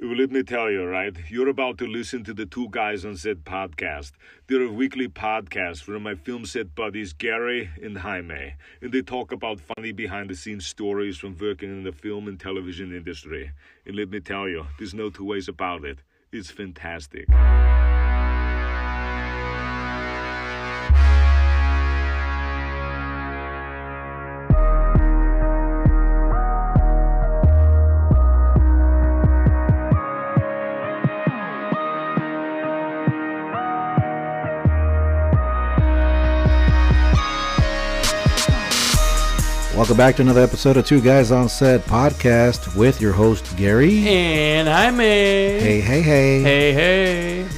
Well, Let me tell you, right? You're about to listen to the Two Guys on Set podcast. They're a weekly podcast from my film set buddies Gary and Jaime, and they talk about funny behind the scenes stories from working in the film and television industry. And let me tell you, there's no two ways about it. It's fantastic. Welcome back to another episode of Two Guys on Set podcast with your host Gary. And I'm a Hey, hey, hey. hey hey.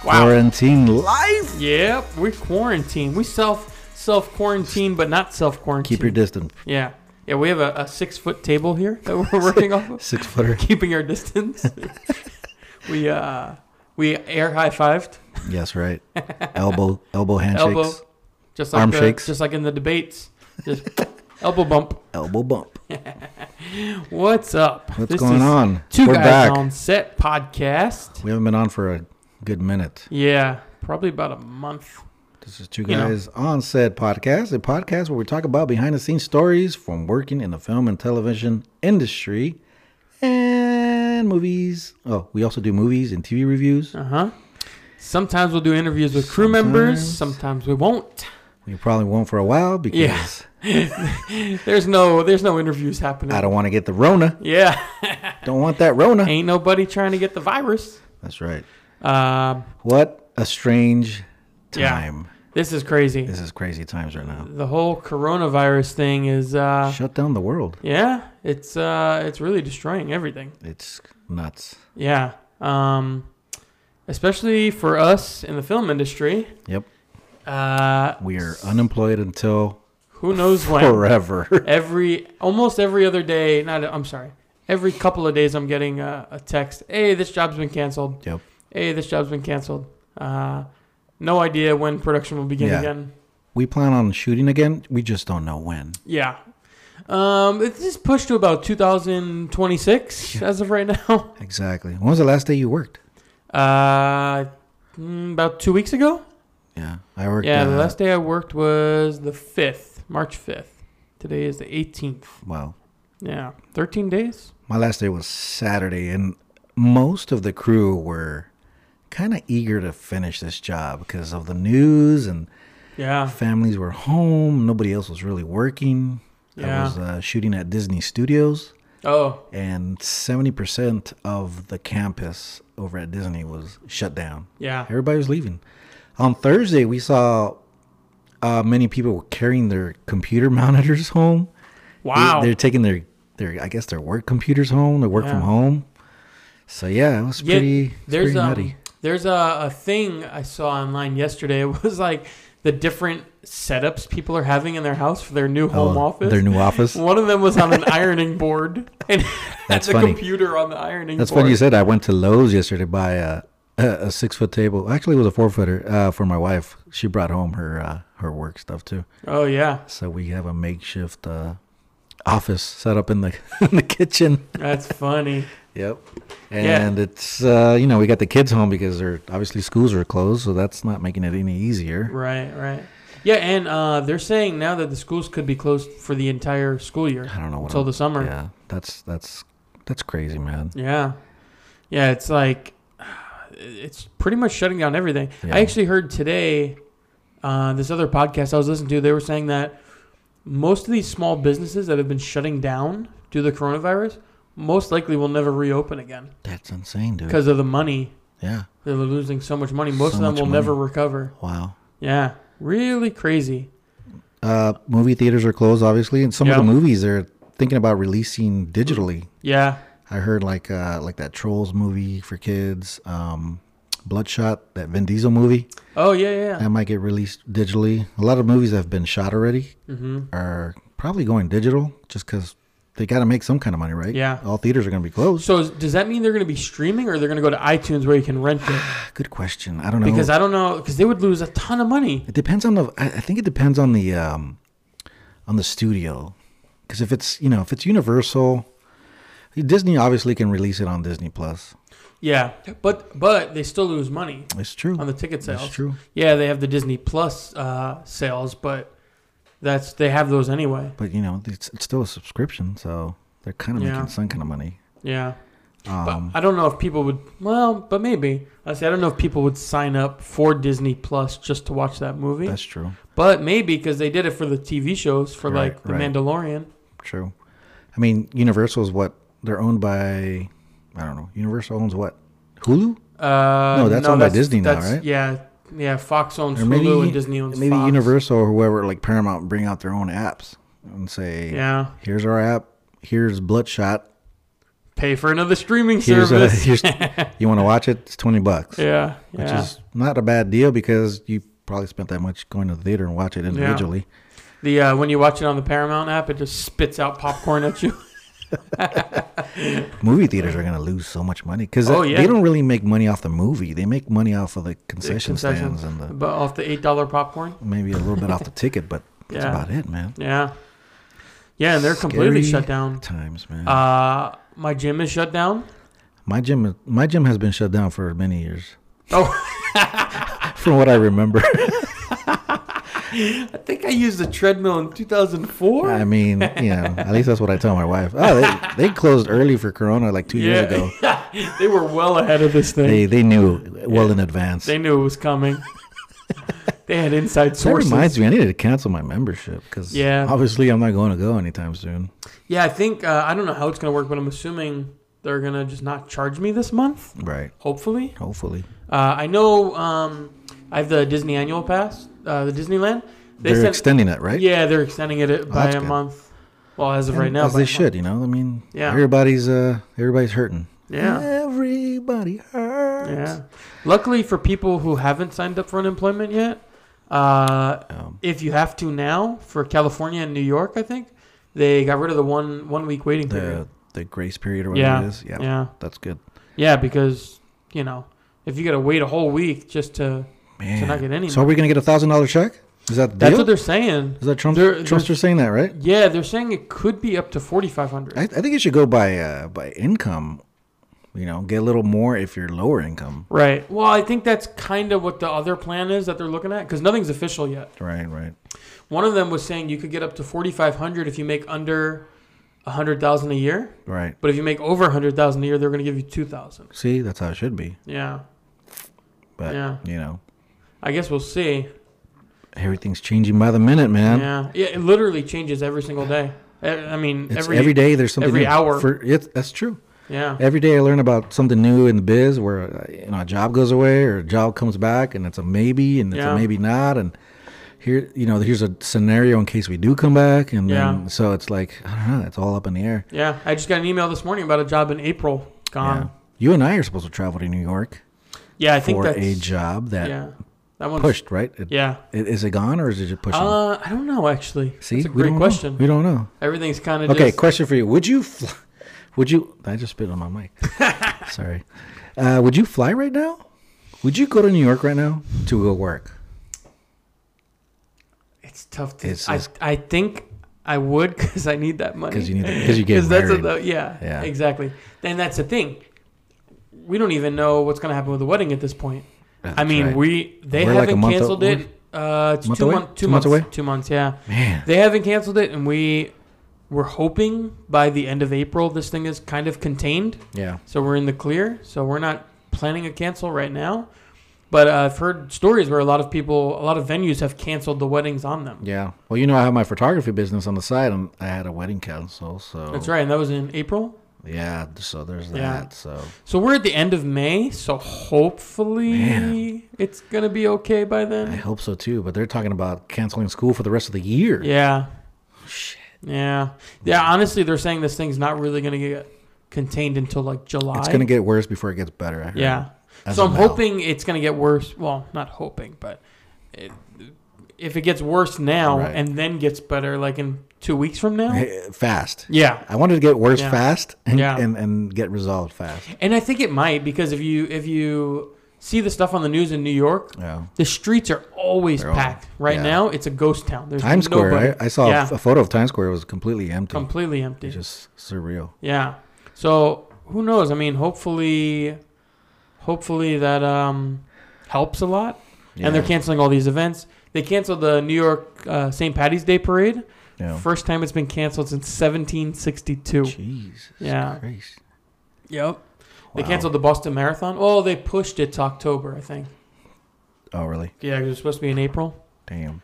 Quarantine life. Yep, we quarantine. We self self quarantine, but not self quarantine. Keep your distance. yeah yeah. We have a, a six foot table here that we're working off of, Six footer. keeping our distance. we uh we air high fived Yes, right. Elbow, elbow handshakes. elbow, just like Arm the, shakes. just like in the debates, just elbow bump. Elbow bump. What's up? What's going on? Two We're guys back. on set podcast. We haven't been on for a good minute. Yeah, probably about a month. This is Two You know. Guys on Set podcast, a podcast where we talk about behind the scenes stories from working in the film and television industry and movies. Oh, we also do movies and TV reviews. Uh huh. Sometimes we'll do interviews with crew members. Sometimes we won't. We probably won't for a while because There's no there's no interviews happening. I don't want to get the Rona. Yeah, Don't want that Rona. ain't nobody trying to get the virus. That's right. Um, What a strange Yeah. time. this is crazy. This is crazy times right now. The whole coronavirus thing is uh, Shut down the world. yeah, it's uh, it's really destroying everything. It's nuts. Yeah, um, especially for us in the film industry. Yep. Uh, We are unemployed until who knows when? forever. every almost every other day not i'm sorry every couple of days i'm getting a, a text hey this job's been canceled yep. hey this job's been canceled uh, no idea when production will begin Yeah. again We plan on shooting again. We just don't know when. yeah um, it's just pushed to about 2026 as of right now Exactly. When was the last day you worked? uh, mm, about two weeks ago Yeah. I worked. yeah the uh, last day i worked was the 5th march 5th today is the 18th Well, yeah 13 days my last day was Saturday, and most of the crew were kind of eager to finish this job because of the news and yeah families were home. Nobody else was really working. I Yeah. was uh, shooting at Disney Studios, oh and 70% of the campus over at Disney was shut down. yeah Everybody was leaving. On Thursday, we saw uh, many people were carrying their computer monitors home. They- wow They're taking their, their, I guess, their work computers home, their work from Yeah. home. So, yeah, it was Yeah, pretty, it's there's pretty um, nutty. There's a, a thing I saw online yesterday. It was like the different setups people are having in their house for their new home Oh, office. Their new office. One of them was on an ironing board and had That's the funny. computer on the ironing That's board. funny you said. I went to Lowe's yesterday to buy a, a, a six foot table. Actually, it was a four footer uh, for my wife. She brought home her uh, her work stuff too. Oh yeah, So we have a makeshift uh, office set up in the in the kitchen. that's funny. Yep. Yeah. And it's uh, you know we got the kids home because they're obviously schools are closed, so that's not making it any easier. Right, right. Yeah, and uh, they're saying now that the schools could be closed for the entire school year I don't know what. until I'm- the summer. Yeah, that's that's that's crazy, man. Yeah. Yeah, it's like it's pretty much shutting down everything. Yeah. I actually heard today uh, this other podcast I was listening to, they were saying that most of these small businesses that have been shutting down due to the coronavirus most likely will never reopen again That's insane, dude. because of the money. Yeah. They're losing so much money. Most So of them much will money. never recover. Wow. Yeah. Really crazy. Uh, movie theaters are closed, obviously, and some Yeah. of the movies they're thinking about releasing digitally. Yeah. I heard like uh, like that Trolls movie for kids, um, Bloodshot, that Vin Diesel movie Oh, yeah, yeah. that might get released digitally. A lot of movies that have been shot already Mm-hmm. are probably going digital just because they got to make some kind of money, right? Yeah. all theaters are going to be closed. So is, does that mean they're going to be streaming or they're going to go to iTunes where you can rent it? Good question. I don't know Because I don't know, because they would lose a ton of money. It depends on the. I I think it depends on the um, on the studio, because if it's you know if it's Universal, Disney obviously can release it on Disney Plus. Yeah, but but they still lose money It's true. on the ticket sales. It's true. Yeah, they have the Disney Plus uh, sales, but that's they have those anyway. But you know, it's, it's still a subscription, so they're kind of Yeah. making some kind of money. Yeah, Um, but I don't know if people would. Well, but maybe I say I don't know if people would sign up for Disney Plus just to watch that movie. that's true. but maybe because they did it for the TV shows for Right, like The right. Mandalorian. True. I mean, Universal is what they're owned by. I don't know. Universal owns what? Hulu Uh, No, that's owned by Disney now, that's- right? Yeah, yeah. Fox owns or maybe Hulu and Disney owns maybe Fox. Universal or whoever like Paramount bring out their own apps and say, Yeah, "Here's our app. Here's Bloodshot. pay for another streaming Here's a, service. here's you want to watch it? It's twenty bucks, yeah, which yeah. is not a bad deal because you probably spent that much going to the theater and watch it individually." The uh, when you watch it on the Paramount app, it just spits out popcorn at you. movie theaters are going to lose so much money because Oh, yeah. they don't really make money off the movie. They make money off of the concession, concession. stands and the, but off the eight dollar popcorn. maybe a little bit off the ticket, but that's Yeah. about it, man. Yeah, yeah, and they're completely Scary shut down. Times, man. Uh, my gym is shut down. my gym, my gym has been shut down for many years, Oh, from what I remember. I think I used the treadmill in 2004. I mean, you know, at least that's what I tell my wife. Oh, they, they closed early for Corona like two years ago. they were well ahead of this thing. They they knew well in advance. They knew it was coming. they had inside that sources. reminds me, I needed to cancel my membership because Yeah. obviously I'm not going to go anytime soon. Yeah, I think uh, I don't know how it's gonna work, but I'm assuming they're gonna just not charge me this month. Right. Hopefully, Hopefully. uh, I know um, I have the Disney annual pass, uh, the Disneyland. They They're sent- extending it, right? Yeah, they're extending it uh, by that's a good. month. Well, as of right now, as by they a month. should, you know. I mean, Yeah. everybody's uh, everybody's hurting. Yeah, everybody hurts. yeah. Luckily for people who haven't signed up for unemployment yet, uh, Um, if you have to now for California and New York, I think they got rid of the one one week waiting period. the the grace period or whatever Yeah, it is. Yeah, yeah, that's good. yeah. Because you know, if you got to wait a whole week just to Man, not get any so are we gonna get a thousand dollar check? Is that the That's deal? what they're saying. is that Trump? they're- Trumpster saying that, right? Yeah, they're saying it could be up to forty five hundred. I, I think it should go by uh, by income. You know, get a little more if you're lower income. Right. Well, I think that's kind of what the other plan is that they're looking at because nothing's official yet. Right, right. One of them was saying you could get up to forty five hundred if you make under a hundred thousand a year, Right. but if you make over a hundred thousand a year, they're going to give you two thousand. See, that's how it should be. Yeah. But Yeah. you know, I guess we'll see. everything's changing by the minute, man. Yeah. Yeah. It literally changes every single day. E- I mean, It's every, every day there's something every new. hour. For, it's that's true. Yeah. Every day I learn about something new in the biz where uh, you know a job goes away or a job comes back and it's a maybe and it's Yeah. a maybe not and here you know here's a scenario in case we do come back and Yeah. then, so it's like I don't know it's all up in the air. Yeah. I just got an email this morning about a job in April. Yeah. Gone. You and I are supposed to travel to New York Yeah. Uh-huh. I think for that's a job that yeah. That one's pushed right. It, Yeah. it- is it gone or is it just pushing? Uh, I don't know actually. See, that's a we don't great know. question. We don't know. Everything's kind of Okay, Just, question for you: Would you, fly, would you? I just spit on my mic. Sorry. Uh, would you fly right now? Would you go to New York right now to go work? it's tough to. It's I, just- I think I would because I need that money. 'Cause you need to- 'cause you get that's a- married. yeah, Yeah. exactly. And that's the thing. We don't even know what's going to happen with the wedding at this point. That's I mean, right. we they We're like a haven't month o- canceled we're- it. Uh, it's month two, away? month, two, Two months. months away? Two months. Yeah, man. they haven't canceled it, and we were hoping by the end of April this thing is kind of contained. Yeah, So we're in the clear. So we're not planning a cancel right now. But uh, I've heard stories where a lot of people, a lot of venues have canceled the weddings on them. yeah. Well, you know, I have my photography business on the side, and I had a wedding cancel, so That's right. And that was in April. Yeah, so there's that. Yeah. So So we're at the end of May. So hopefully Man. it's going to be okay by I then. hope so too. But they're talking about canceling school for the rest of the year. Yeah. Yeah. Yeah. Honestly, they're saying this thing's not really going to get contained until like July. It's gonna get worse before it gets better. I heard. Yeah. As so of I'm now. hoping it's going to get worse. Well, not hoping, but it, if it gets worse now Right. and then gets better, like in two weeks from now. Eh, fast. Yeah. I wanted to get worse Yeah. fast and, Yeah. and and get resolved fast. And I think it might because if you if you see the stuff on the news in New York, Yeah. the streets are always They're all- packed. right yeah. now, it's a ghost town. There's Times Square. nobody. I, I saw a yeah, f- a photo of Times Square. It was completely empty. completely empty. It's just surreal. yeah. So who knows? I mean, hopefully, hopefully that um, helps a lot. Yeah. And they're canceling all these events. They canceled the New York uh, St. Patty's Day parade. Yeah. First time it's been canceled since 1762. Jesus Yeah. Christ. Yep. They Wow. canceled the Boston Marathon. Oh, they pushed it to October, I think. Oh, really? Yeah, 'cause it was supposed to be in April. Damn.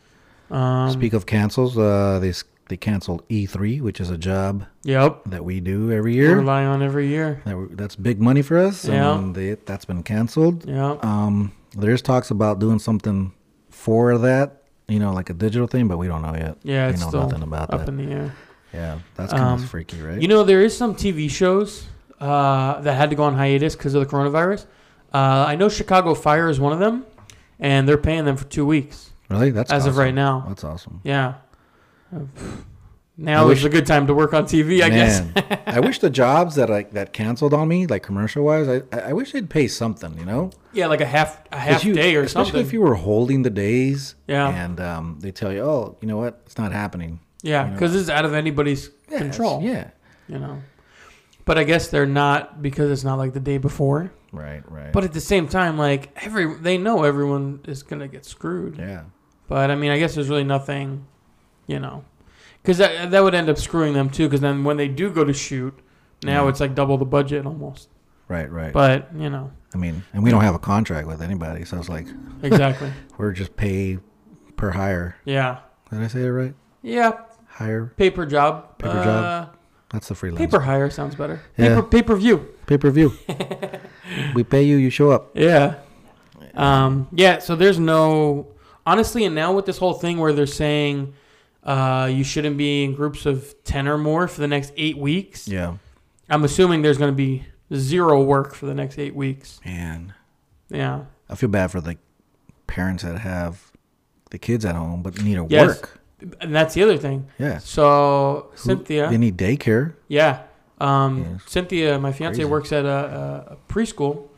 Um, Speak of cancels, uh, they s- they canceled E3, which is a job Yep. that we do every We year. rely on every year. That we- that's big money for us, Yeah. and they, that's been canceled. Yep. Um, there's talks about doing something for that, you know, like a digital thing, but we don't know yet. Yeah, we it's know still nothing about up that. in the air. yeah, that's kind Um, of freaky, right? You know, there is some TV shows uh, that had to go on hiatus because of the coronavirus. Uh, I know Chicago Fire is one of them, and they're paying them for two weeks really? That's as of awesome. right now. That's awesome. Yeah. Uh, Now I is a good time to work on TV, I guess. Man, I wish the jobs that like that canceled on me, like commercial wise, I I I wish they'd pay something, you know. Yeah, like a half a 'Cause half you- day or especially something. if you were holding the days. Yeah. And um, they tell you, oh, you know what? It's not happening. yeah, you know. because this is out of anybody's Yeah, it's- control. Yeah. You know. But I guess they're not because it's not like the day before. Right. Right. But at the same time, like every they know everyone is gonna get screwed. yeah. But I mean, I guess there's really nothing, you know, because that that would end up screwing them too. Because then when they do go to shoot, now Yeah. it's like double the budget almost. Right. Right. But you know, I mean, and we don't have a contract with anybody, so it's like exactly. we're just pay per hire. yeah, Did I say it right? yeah. Hire. Paper job. Paper uh, job. That's the freelance. Paper hire sounds better. Yeah. Paper pay per view. Pay per view. we pay you. You show up. Yeah. Um. Yeah. So there's no honestly, and now with this whole thing where they're saying. Uh, you shouldn't be in groups of 10 or more for the next eight weeks. Yeah. I'm assuming there's going to be zero work for the next eight weeks. Man, Yeah. I feel bad for the parents that have the kids at home but need to Yes. work. And that's the other thing. Yeah. So Who- They Cynthia, need daycare. yeah, um, Yes. Cynthia, my fiance Crazy. works at a, a preschool,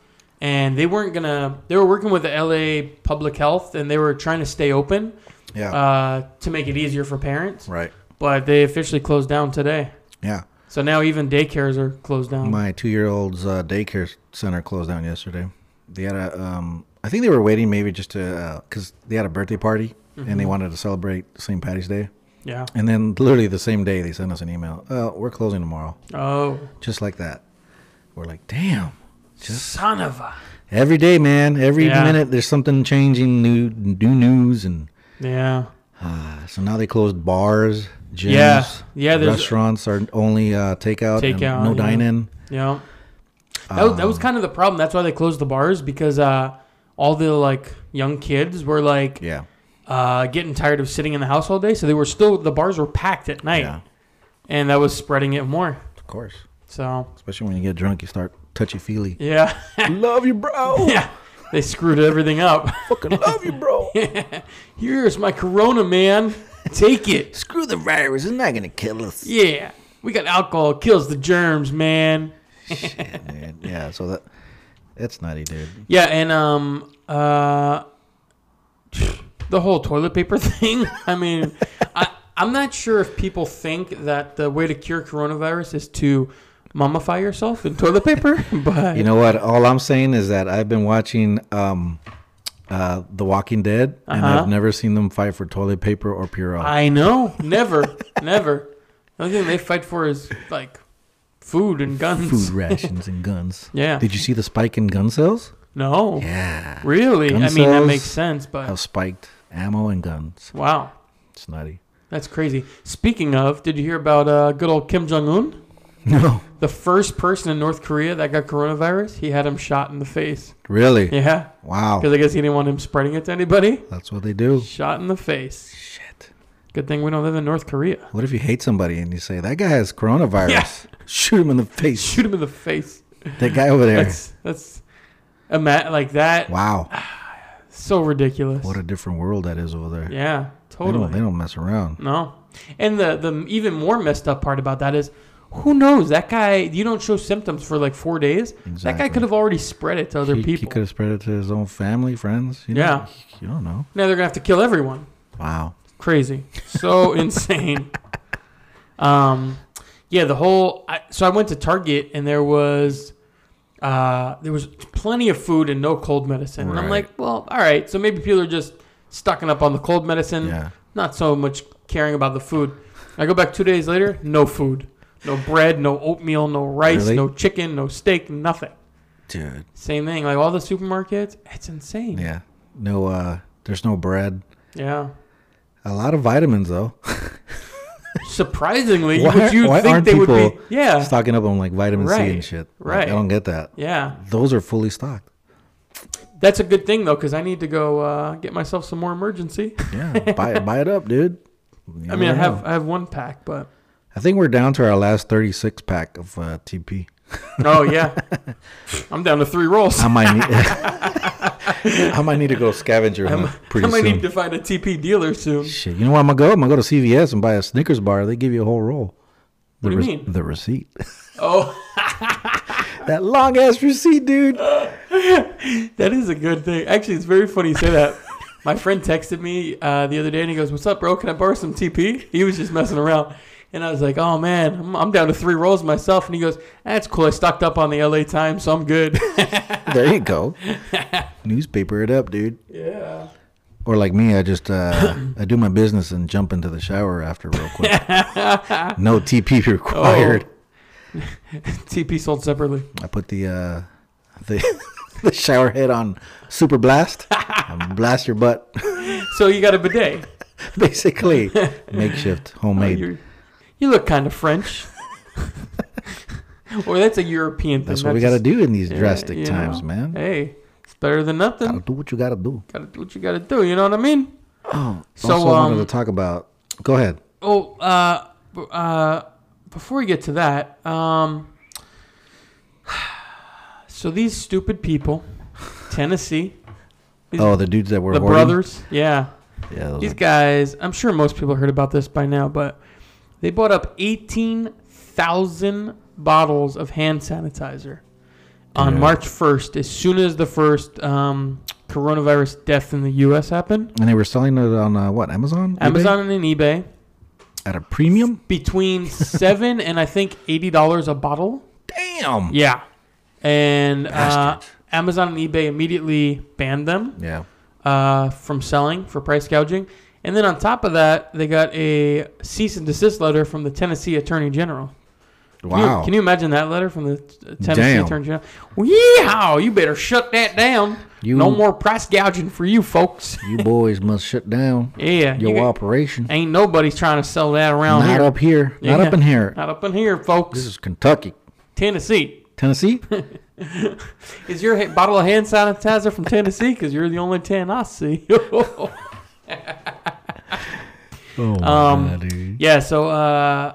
and they weren't gonna. They were working with the LA Public Health, and they were trying to stay open Yeah. uh, to make it easier for parents. right. But they officially closed down today, Yeah. so now even daycares are closed down. My two-year-old's uh, daycare center closed down yesterday. They had a, um, I think they were waiting maybe just to, because they had a birthday party and Mm-hmm. they wanted to celebrate St. Patty's Day. yeah. And then literally the same day they sent us an email. Uh, we're closing tomorrow, Oh, just like that. We're like, damn. son of a. Every day, man. Every Yeah. minute there's something changing, new new news, and Yeah. uh, so now they closed bars, gyms, Yeah. Yeah, there's- restaurants are only uh, takeout, and Takeout, no yeah. dine-in. Yeah. That, was that was kind of the problem. That's why they closed the bars because uh, all the like young kids were like Yeah, uh, getting tired of sitting in the house all day, so they were still the bars were packed at night, yeah, and that was spreading it more. of course. So Especially when you get drunk, you start touchy feely. yeah, love you, bro. yeah, they screwed everything up. Fucking love you, bro. Here's my Corona, man. Take it. Screw the virus. It's not gonna kill us. Yeah, we got alcohol kills the germs, man. Shit, man. Yeah. So that that's nutty, dude. Yeah, and um uh the whole toilet paper thing. I mean, I I'm not sure if people think that the way to cure coronavirus is to mummify yourself in toilet paper, but You know what? All I'm saying is that I've been watching um, uh, The Walking Dead, and Uh-huh. I've never seen them fight for toilet paper or uh, Purell. I know, never, never. The only thing they fight for is like food and guns. Food rations and guns. Yeah. Did you see the spike in gun sales? No, Yeah. really. Gun I mean, that sales. makes sense, but How spiked ammo and guns. wow, It's nutty. that's crazy. Speaking of, did you hear about uh, good old Kim Jong Un? No. The first person in North Korea that got coronavirus, he had him shot in the face. Really? Yeah, Wow. because I guess he didn't want him spreading it to anybody. That's what they do. Shot in the face. Shit. Good thing we don't live in North Korea. What if you hate somebody and you say, that guy has coronavirus? Yeah. Shoot him in the face. Shoot him in the face. That guy over there. That's that's ima- like that. wow. So ridiculous. What a different world that is over there. yeah, They, totally. don't, they don't mess around. No, and the the even more messed up part about that is, who knows? That guy, you don't show symptoms for like four days. That guy Exactly. could have already spread it to other he, people. could have spread it to his own family, friends. You know? Yeah. You don't know. now they're gonna have to kill everyone. Wow. crazy so insane um Yeah, the whole. I, so I went to Target and there was, uh, there was plenty of food and no cold medicine. And I'm Right. like, well, all right. So maybe people are just stocking up on the cold medicine. Yeah. Not so much caring about the food. I go back two days later, no food, no bread, no oatmeal, no rice, Really? no chicken, no steak, nothing. Dude. Same thing. Like all the supermarkets, it's insane. Yeah. No. Uh. There's no bread. Yeah. A lot of vitamins though. Surprisingly, Why- would you why think aren't they would be? people Yeah. Stocking up on like vitamin C Right, and shit. Like, right. I don't get that. Yeah. Those are fully stocked. That's a good thing though, because I need to go uh, get myself some more emergency. Yeah. buy buy it up, dude. You I mean, I never have know. I have one pack, but I think we're down to our last 36 pack of uh, TP. oh yeah, I'm down to three rolls. I might need. I might need to go scavenger hunt pretty I might soon. need to find a TP dealer soon. Shit, you know where I'm gonna go? I'm gonna go to CVS and buy a Snickers bar. They give you a whole roll. The What do you re- mean? The receipt. Oh, that long ass receipt, dude. that is a good thing. Actually, it's very funny you say that. My friend texted me uh, the other day and he goes, "What's up, bro? Can I borrow some TP?" He was just messing around, and I was like, "Oh man, I'm, I'm down to three rolls myself." And he goes, "That's cool. I stocked up on the LA Times, so I'm good." There you go. Newspaper it up, dude. yeah. Or like me, I just uh, I do my business and jump into the shower after real quick. no Oh, TP required. TP sold separately. I put the uh, the the shower head on super blast and blast your butt. So you got a bidet. Basically, makeshift homemade. Oh, You're- You look kind of French. or that's a European thing. That's what we got to do in these drastic you times, know. man. Hey, it's better than Gotta nothing. do what you gotta do. Gotta do what you gotta do. You know what I mean? Oh, So, also wanted to um, talk about. Go ahead. Oh, uh, b- uh, before we get to that, um, so these stupid people, Tennessee, these- Oh, the dudes that were the hoarding? brothers, yeah, Yeah, those these are- guys. I'm sure most people heard about this by now, but they bought up 18,000 bottles of hand sanitizer on Yeah. March 1st, as soon as the first um, coronavirus death in the U.S. happened. and they were selling it on uh, what Amazon? eBay? Amazon and eBay at a premium. between seven and I think eighty dollars a bottle. Damn. Yeah, and uh, Amazon and eBay immediately banned them Yeah. uh, from selling for price gouging. And then on top of that, they got a cease and desist letter from the Tennessee Attorney General. Can you- Wow. can you imagine that letter from the t- Tennessee Damn. Attorney General? Well, yeehaw! You better shut that down. You- no more price gouging for you folks. You boys must shut down Yeah, your you- operation. ain't nobody trying to sell that around Not here. up here. Not Yeah. Uh, up in here. Not up in here, folks. This is Kentucky, Tennessee. Tennessee. Is your ha- bottle of hand sanitizer from Tennessee? Because you're the only ten I see. oh Um, God, yeah. So, uh,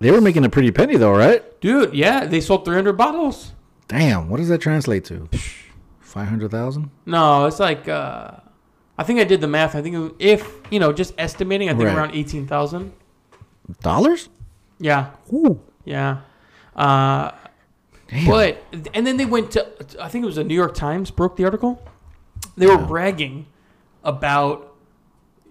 They were making a pretty penny though, right? dude, yeah, they sold 300 bottles. Damn. What does that translate to? Five hundred thousand. No, it's like uh, I think I did the math. I think if you know, just estimating, I think Right. around 18,000. Dollars? Yeah, Ooh. yeah. Uh, Damn. but and then they went to I think it was the New York Times broke the article. They were bragging about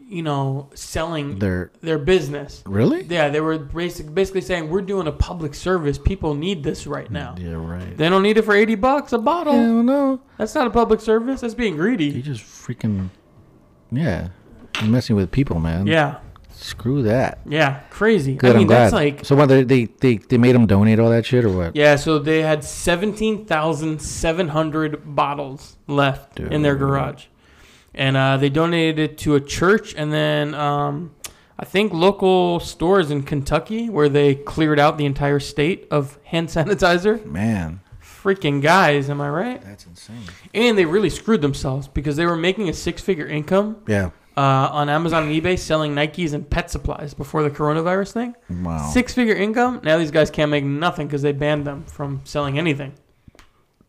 you know selling They're their business. really. Yeah, they were basic, basically saying we're doing a public service. People need this right now. Mm, yeah. Right. They don't need it for eighty bucks a bottle. Hell no. That's not a public service. That's being You greedy. just freaking, yeah, You're messing with people, man. Yeah, Screw that. yeah, crazy. Good. I I mean, am glad. that's like so what? They, they they they made them donate all that shit or what? yeah. So they had seventeen thousand seven hundred bottles left in their Dude. garage, and uh, they donated it to a church, and then um, I think local stores in Kentucky where they cleared out the entire state of hand sanitizer. Man, Freaking guys, am I right? that's insane. And they really screwed themselves because they were making a six figure income Yeah. uh, on Amazon and eBay selling Nikes and pet supplies before the coronavirus thing. Wow. Six figure income. Now these guys can't make nothing because they banned them from selling anything.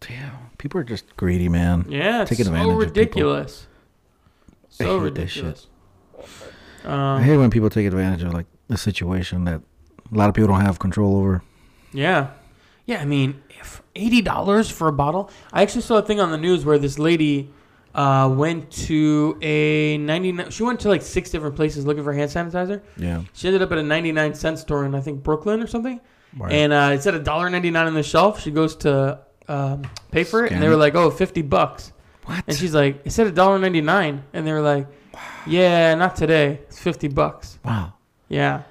Damn. People are just greedy, man. Yeah, it's Taking advantage so of people. ridiculous. I So hate that shit. ridiculous. I Um, hate when people take advantage of like a situation that a lot of people don't have control over. yeah. Yeah, I mean, if $80 for a bottle. I actually saw a thing on the news where this lady uh, went to a 99, she went to like six different places looking for hand sanitizer. Yeah. She ended up at a 99 cent store in, I think, Brooklyn or something. Right. And uh, it's at a dollar ninety nine on the shelf. She goes to um, pay for it, Scan and they it. were like, "Oh, 50 bucks." What? And she's like, "It said a dollar ninety nine, and they were like, "Yeah, not today. It's fifty bucks." wow. Yeah,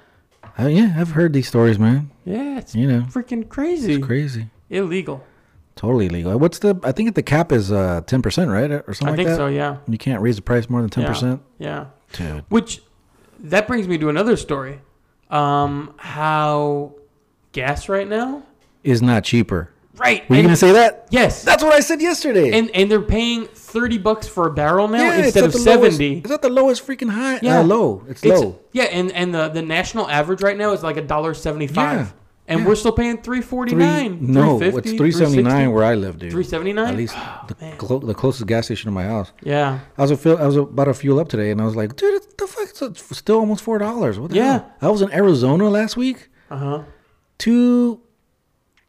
Uh, yeah, I've heard these stories, man. yeah, it's You know, freaking crazy. it's crazy. Illegal. Totally legal. What's the? I think the cap is uh ten percent, right, or something I like think that. so. Yeah, You can't raise the price more than ten Yeah. percent. yeah. Dude, Which that brings me to another story. Um, how gas right now? is not cheaper. Right. Were you and- gonna say that? yes. That's what I said yesterday. and and they're paying thirty bucks for a barrel now Yeah, it's instead at of the lowest- seventy. It's at the lowest freaking high. Yeah, Yeah. low. It's, It's- low. Yeah, and and the the national average right now is like a dollar seventy five, Yeah, and yeah. we're still paying three forty Three, nine. no, it's three seventy nine where I live, dude. Three Oh, seventy nine. At least the, clo- the closest gas station to my house. Yeah. I was a fill, I was about to fuel up today, and I was like, dude, it's the fuck, it's- it's still almost four dollars. What the Yeah. hell? I was in Arizona last week. Uh huh. Two,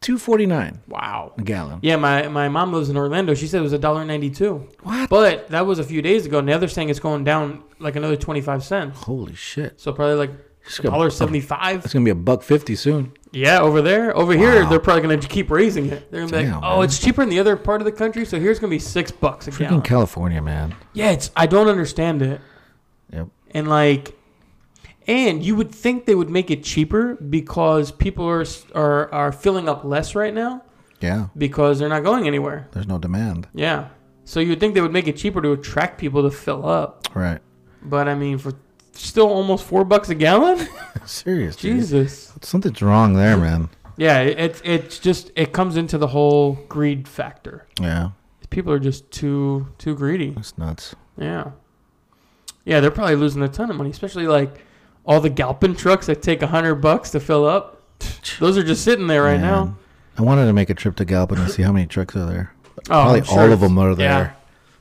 two forty nine Wow. a gallon. Yeah, my, my mom lives in Orlando. She said it was a dollar ninety two, What? but that was a few days ago. Now they're saying it's going down like another twenty five cents. Holy shit! So probably like It's gonna- dollar seventy five. It's gonna be a buck fifty soon. Yeah, over there. Over here, they're probably going to keep raising it. They're going to be Damn, like, oh, man. it's cheaper in the other part of the country, so here's going to be six bucks a Freaking gallon. California, man. yeah, it's, I don't understand it. Yep. And like, and you would think they would make it cheaper because people are, are, are filling up less right now Yeah. because they're not going anywhere. There's no demand. Yeah. So you would think they would make it cheaper to attract people to fill up. Right. But I mean, for still almost four bucks a gallon? Serious. dude. Jesus. Something's wrong there, man. Yeah, it, it's it's just, it comes into the whole greed factor. Yeah. people are just too too greedy. That's nuts. Yeah. Yeah, they're probably losing a ton of money, especially like all the Galpin trucks that take a hundred bucks to fill up. Those are just sitting there right now. Man. I wanted to make a trip to Galpin and see how many trucks are there. Oh, Probably I'm sure all of them are it's- there. Yeah.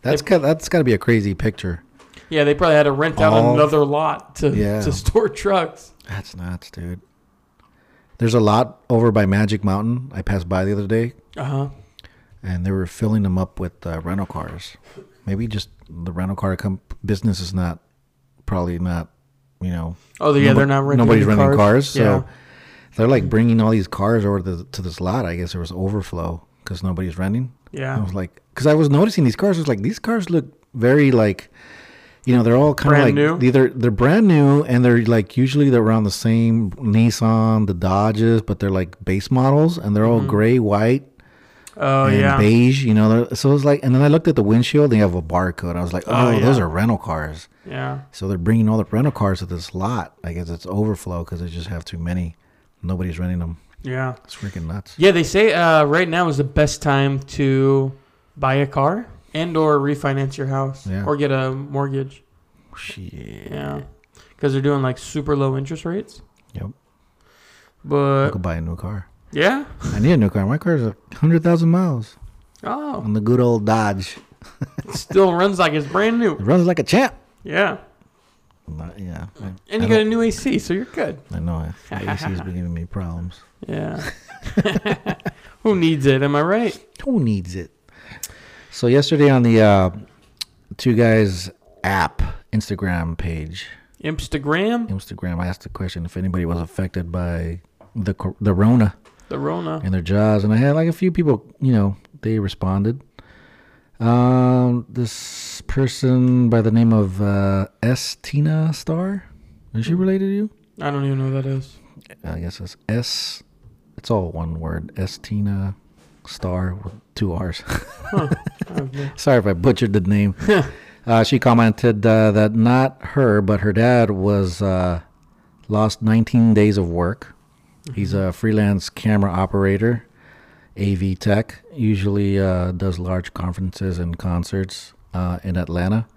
That's got, that's got to be a crazy picture. yeah, they probably had to rent out All- another lot to Yeah. to store trucks. That's nuts, dude. There's a lot over by Magic Mountain. I passed by the other day, Uh huh. and they were filling them up with uh, rental cars. Maybe just the rental car comp- business is not probably not, you know, Oh, yeah, Nobo- they're not renting. Nobody's any renting cars, cars. so they're like bringing all these cars over to, to this lot. I guess there was overflow because nobody's renting. yeah, I yeah. was like, because I was noticing these cars. I was like, these cars look very like, you know, they're all kind of Brand like new? either they're brand new and they're like usually they're around the same Nissan, the Dodges, but they're like base models and they're all gray, white, Mm-hmm. Oh and yeah. beige. You know, they're- so it was like, and then I looked at the windshield. They have a barcode. I was like, oh, Oh, yeah. those are rental cars. yeah. So they're bringing all the rental cars to this lot. I guess it's overflow because they just have too many. Nobody's renting them. Yeah. It's freaking nuts. Yeah, they say uh, right now is the best time to buy a car and or refinance your house Yeah. or get a mortgage. Shit. Yeah. Because they're doing like super low interest rates. Yep. I But could buy a new car. yeah. I need a new car. My car's a hundred thousand miles Oh, on the good old Dodge. it still runs like it's brand It new. runs like a champ. Yeah. Not- yeah, I, I And you got a don't- new AC, so you're good. I know the AC has been giving me problems. Yeah. Who needs it? Am I right? Who needs it? So yesterday on the uh, two guys app Instagram page, Instagram, Instagram, I asked the question if anybody was affected by the cor- the Rona the Rona. in their jobs, and I had like a few people. You know, they responded. Um, this person by the name of uh, S Tina Star, is she related to you? I don't even know what that is. I guess it's S. It's all one word. S Tina Star with two R's. I have no- Sorry if I butchered the name. uh, she commented uh, that not her, but her dad was uh, lost 19 days of work. He's a freelance camera operator, AV tech. Usually uh, does large conferences and concerts uh, in Atlanta.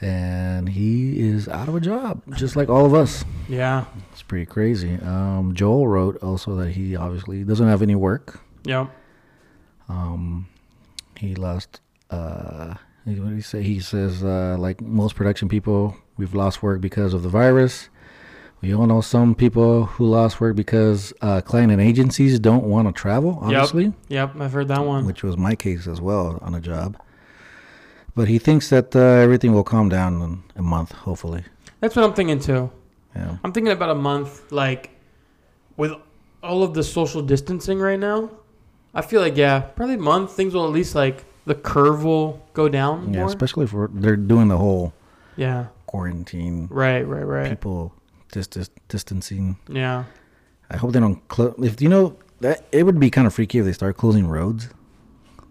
And he is out of a job, just like all of us. Yeah. It's pretty crazy. Um, Joel wrote also that he obviously doesn't have any work. Yep. Um, he lost. Uh, what did he say? He says, uh, like most production people, we've lost work because of the virus. We all know some people who lost work because uh, client and agencies don't want to travel, obviously Yep. I've heard that one. which was my case as well on a job. But he thinks that uh, everything will calm down in a month, hopefully. That's what I'm thinking too. Yeah. I'm thinking about a month like with all of the social distancing right now, I feel like yeah, probably a month things will at least like the curve will go down Yeah, more. especially for they're doing the whole yeah. quarantine, Right. Right. Right. people just, just distancing. Yeah. I hope they don't close. If you know that, it would be kind of freaky if they start closing roads.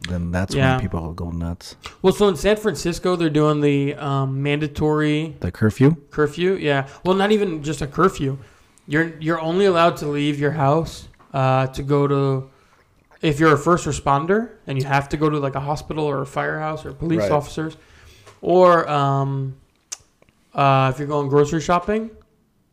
Then that's Yeah. when people will go nuts. Well, so in San Francisco, they're doing the um, mandatory The curfew. curfew. Yeah. Well, not even just a curfew. You're you're only allowed to leave your house uh, to go to if you're a first responder and you have to go to like a hospital or a firehouse or police Right. officers, or um, uh, if you're going grocery shopping.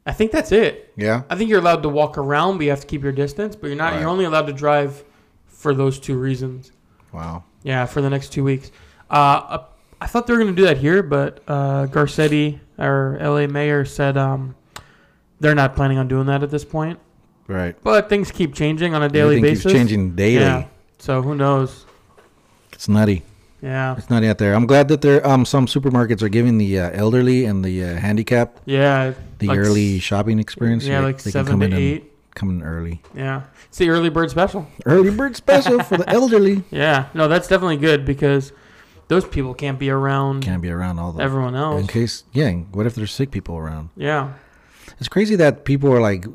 I think that's it. Yeah. I think you're allowed to walk around, but you have to keep your distance. But you're not. Right. You're only allowed to drive for those two reasons. Wow. Yeah, for the next two weeks. Uh, uh, I thought they were going to do that here, but uh, Garcetti, our LA mayor, said um, they're not planning on doing that at this point. Right. But things keep changing on a daily Everything basis. keeps changing daily. Yeah. So who knows? It's nutty. Yeah. It's nutty out there. I'm glad that there um some supermarkets are giving the uh, elderly and the uh, handicapped Yeah. the like early s- shopping experience. Yeah, like seven in to and- eight. come in early. Yeah. It's the early bird special. Early bird special for the elderly. Yeah. No, that's definitely good because those people can't be around Can't be around all the everyone else. in case. Yeah. What if there's sick people around? Yeah. It's crazy that people are like,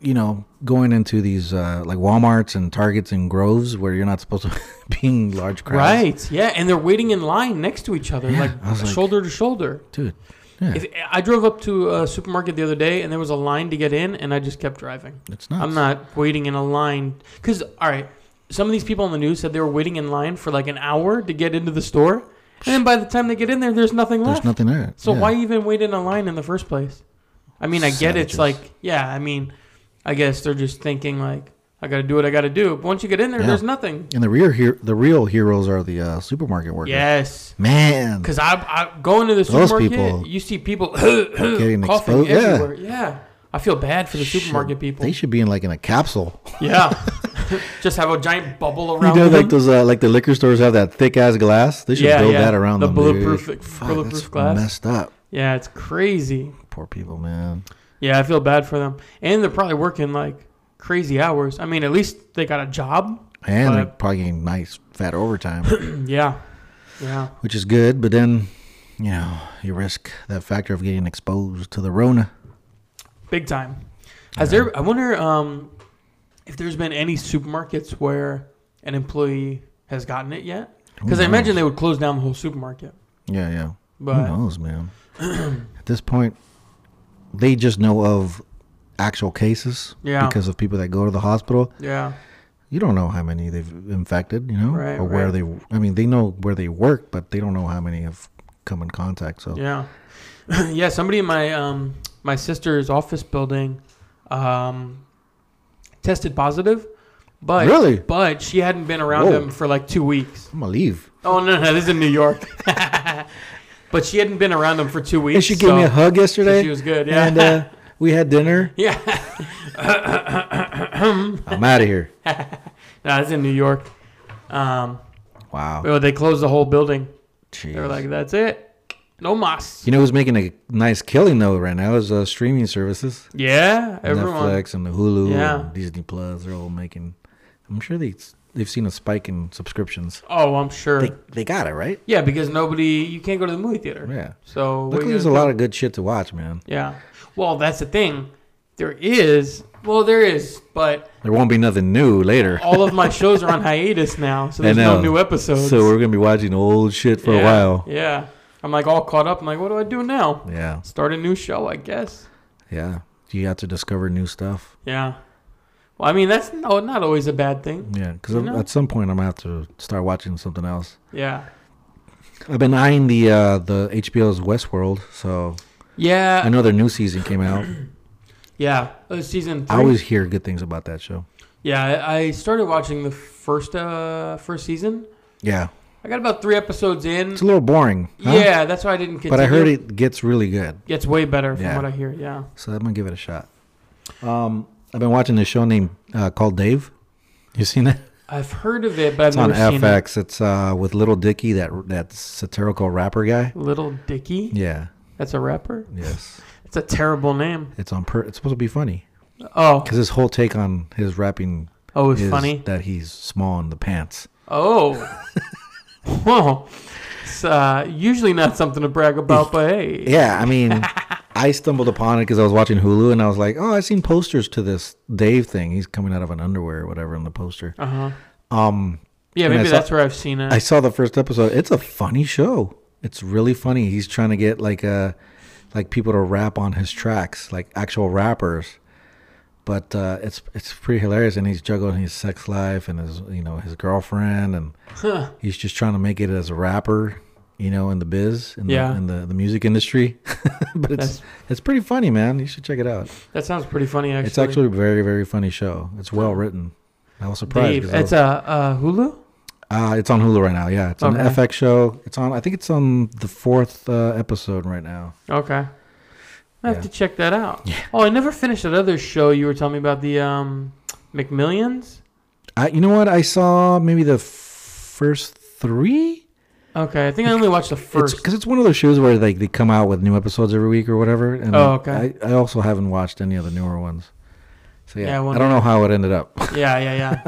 you know, going into these uh, like WalMarts and Targets and Groves where you're not supposed to be in large crowds. Right. Yeah. And they're waiting in line next to each other, Yeah, I like was like- shoulder to shoulder. dude. Yeah, If, I drove up to a supermarket the other day, and there was a line to get in, and I just kept driving. it's not. I'm not waiting in a line because, all right, some of these people on the news said they were waiting in line for like an hour to get into the store, and then by the time they get in there, there's nothing There's left. nothing there. so Yeah. why even wait in a line in the first place? I mean, I get it's Savages. like, yeah, I mean, I guess they're just thinking like, I got to do what I got to do. But once you get in there, Yeah. there's nothing. And the real hero, the real heroes are the uh, supermarket workers. Yes. man. Because I, I go into the Those supermarket, people you see people getting coughing exposed, yeah. everywhere. Yeah. I feel bad for the supermarket Should- people. They should be in like in a capsule. Yeah. Just have a giant bubble You around know, them. like those, uh, like the liquor stores have that thick ass glass. They should Yeah, build yeah. that around The them, dude. bulletproof- Fuck, bulletproof that's glass. Messed up. yeah, it's crazy. Poor people, man. Yeah, I feel bad for them. And they're probably working like crazy hours. I mean, at least they got a job. And they're But- probably getting nice fat overtime. Yeah. Yeah. which is good. But then, you know, you risk that factor of getting exposed to the Rona. Big time. Has there I wonder um, if there's been any supermarkets where an employee has gotten it yet? Because I knows? imagine they would close down the whole supermarket. Yeah, yeah. But Who knows, man? At this point, they just know of actual cases Yeah. because of people that go to the hospital. yeah. You don't know how many they've infected, you know, Right, or where right. they. I mean, they know where they work, but they don't know how many have come in contact. So Yeah, yeah. Somebody in my um, my sister's office building um, tested positive, but Really? but she hadn't been around Whoa. him for like two weeks. I'm gonna leave. Oh no, no, this is in New York. but she hadn't been around him for two weeks. And she gave me a so- hug so yesterday, She was good. Yeah, and uh, we had dinner. yeah. I'm out of here. No, it's in New York. Um, Wow. well, they closed the whole building. They were Jeez. like, "That's it, no mas." You know who's making a nice killing though right now is uh, streaming services. Yeah, everyone. Netflix and the Hulu Yeah. and Disney Plus. They're all making. I'm sure they they've seen a spike in subscriptions. Oh, I'm sure. They they got it right. yeah, because nobody, you can't go to the movie theater. Yeah. So what Luckily, you there's a gonna do? lot of good shit to watch, man. Yeah. Well, that's the thing. There is. Well, there is, but There won't be nothing new later, all of my shows are on hiatus now, so there's know. no new episodes. so we're gonna be watching old shit for yeah, a while. Yeah. I'm like all caught up. I'm like, what do I do now? Yeah, Start a new show, I guess. yeah. You have to discover new stuff. Yeah. Well, I mean, that's no, not always a bad thing. Yeah, because You know? at some point I'm gonna have to start watching something else. Yeah. I've been eyeing the uh, the HBO's Westworld, so Yeah. I know their new season came out. Yeah. Uh, season three. I always hear good things about that show. yeah, I, I started watching the first uh first season. Yeah, I got about three episodes in. it's a little boring. huh? Yeah, that's why I didn't continue. but I heard it gets really good. gets way better from Yeah. what I hear. Yeah. So I'm gonna give it a shot. Um, I've been watching this show named uh, called Dave. You seen it? I've heard of it, but It's I've on never seen it. FX. It's uh, with Little Dicky, that that satirical rapper guy. Little Dicky? Yeah. That's a rapper? Yes. It's a terrible name. It's on. Per- it's supposed to be funny. Oh, Because his whole take on his rapping oh, it's is funny. that he's small in the pants. Oh, whoa. It's uh, usually not something to brag about, but hey, Yeah, I mean, I stumbled upon it because I was watching Hulu and I was like, oh, I've seen posters to this Dave thing. He's coming out of an underwear or whatever in the poster. uh huh. Um, Yeah, And I maybe saw- that's where I've seen it. I saw the first episode. It's a funny show. It's really funny. He's trying to get like uh like people to rap on his tracks, like actual rappers. But uh, it's it's pretty hilarious, and he's juggling his sex life and his you know his girlfriend, and Huh. he's just trying to make it as a rapper, you know, in the biz, in Yeah. the in the, the music industry. but it's That's- it's pretty funny, man. You should check it out. That sounds pretty funny, actually. It's actually a very very funny show. It's well written. I was surprised. Dave, 'cause I was- it's a uh, Hulu. uh, it's on Hulu right now. Yeah, it's on Okay. FX show. It's on. I think it's on the fourth uh, episode right now. Okay, I have Yeah. to check that out. Oh, I never finished that other show you were telling me about the um, McMillions. I, you know what? I saw maybe the f- first three. Okay, I think I only watched the It's first. because it's one of those shows where like they come out with new episodes every week or whatever. And Oh, okay. I, I also haven't watched any of the newer ones. So Yeah, I yeah, I wonder. don't know how it ended up. yeah, yeah, yeah.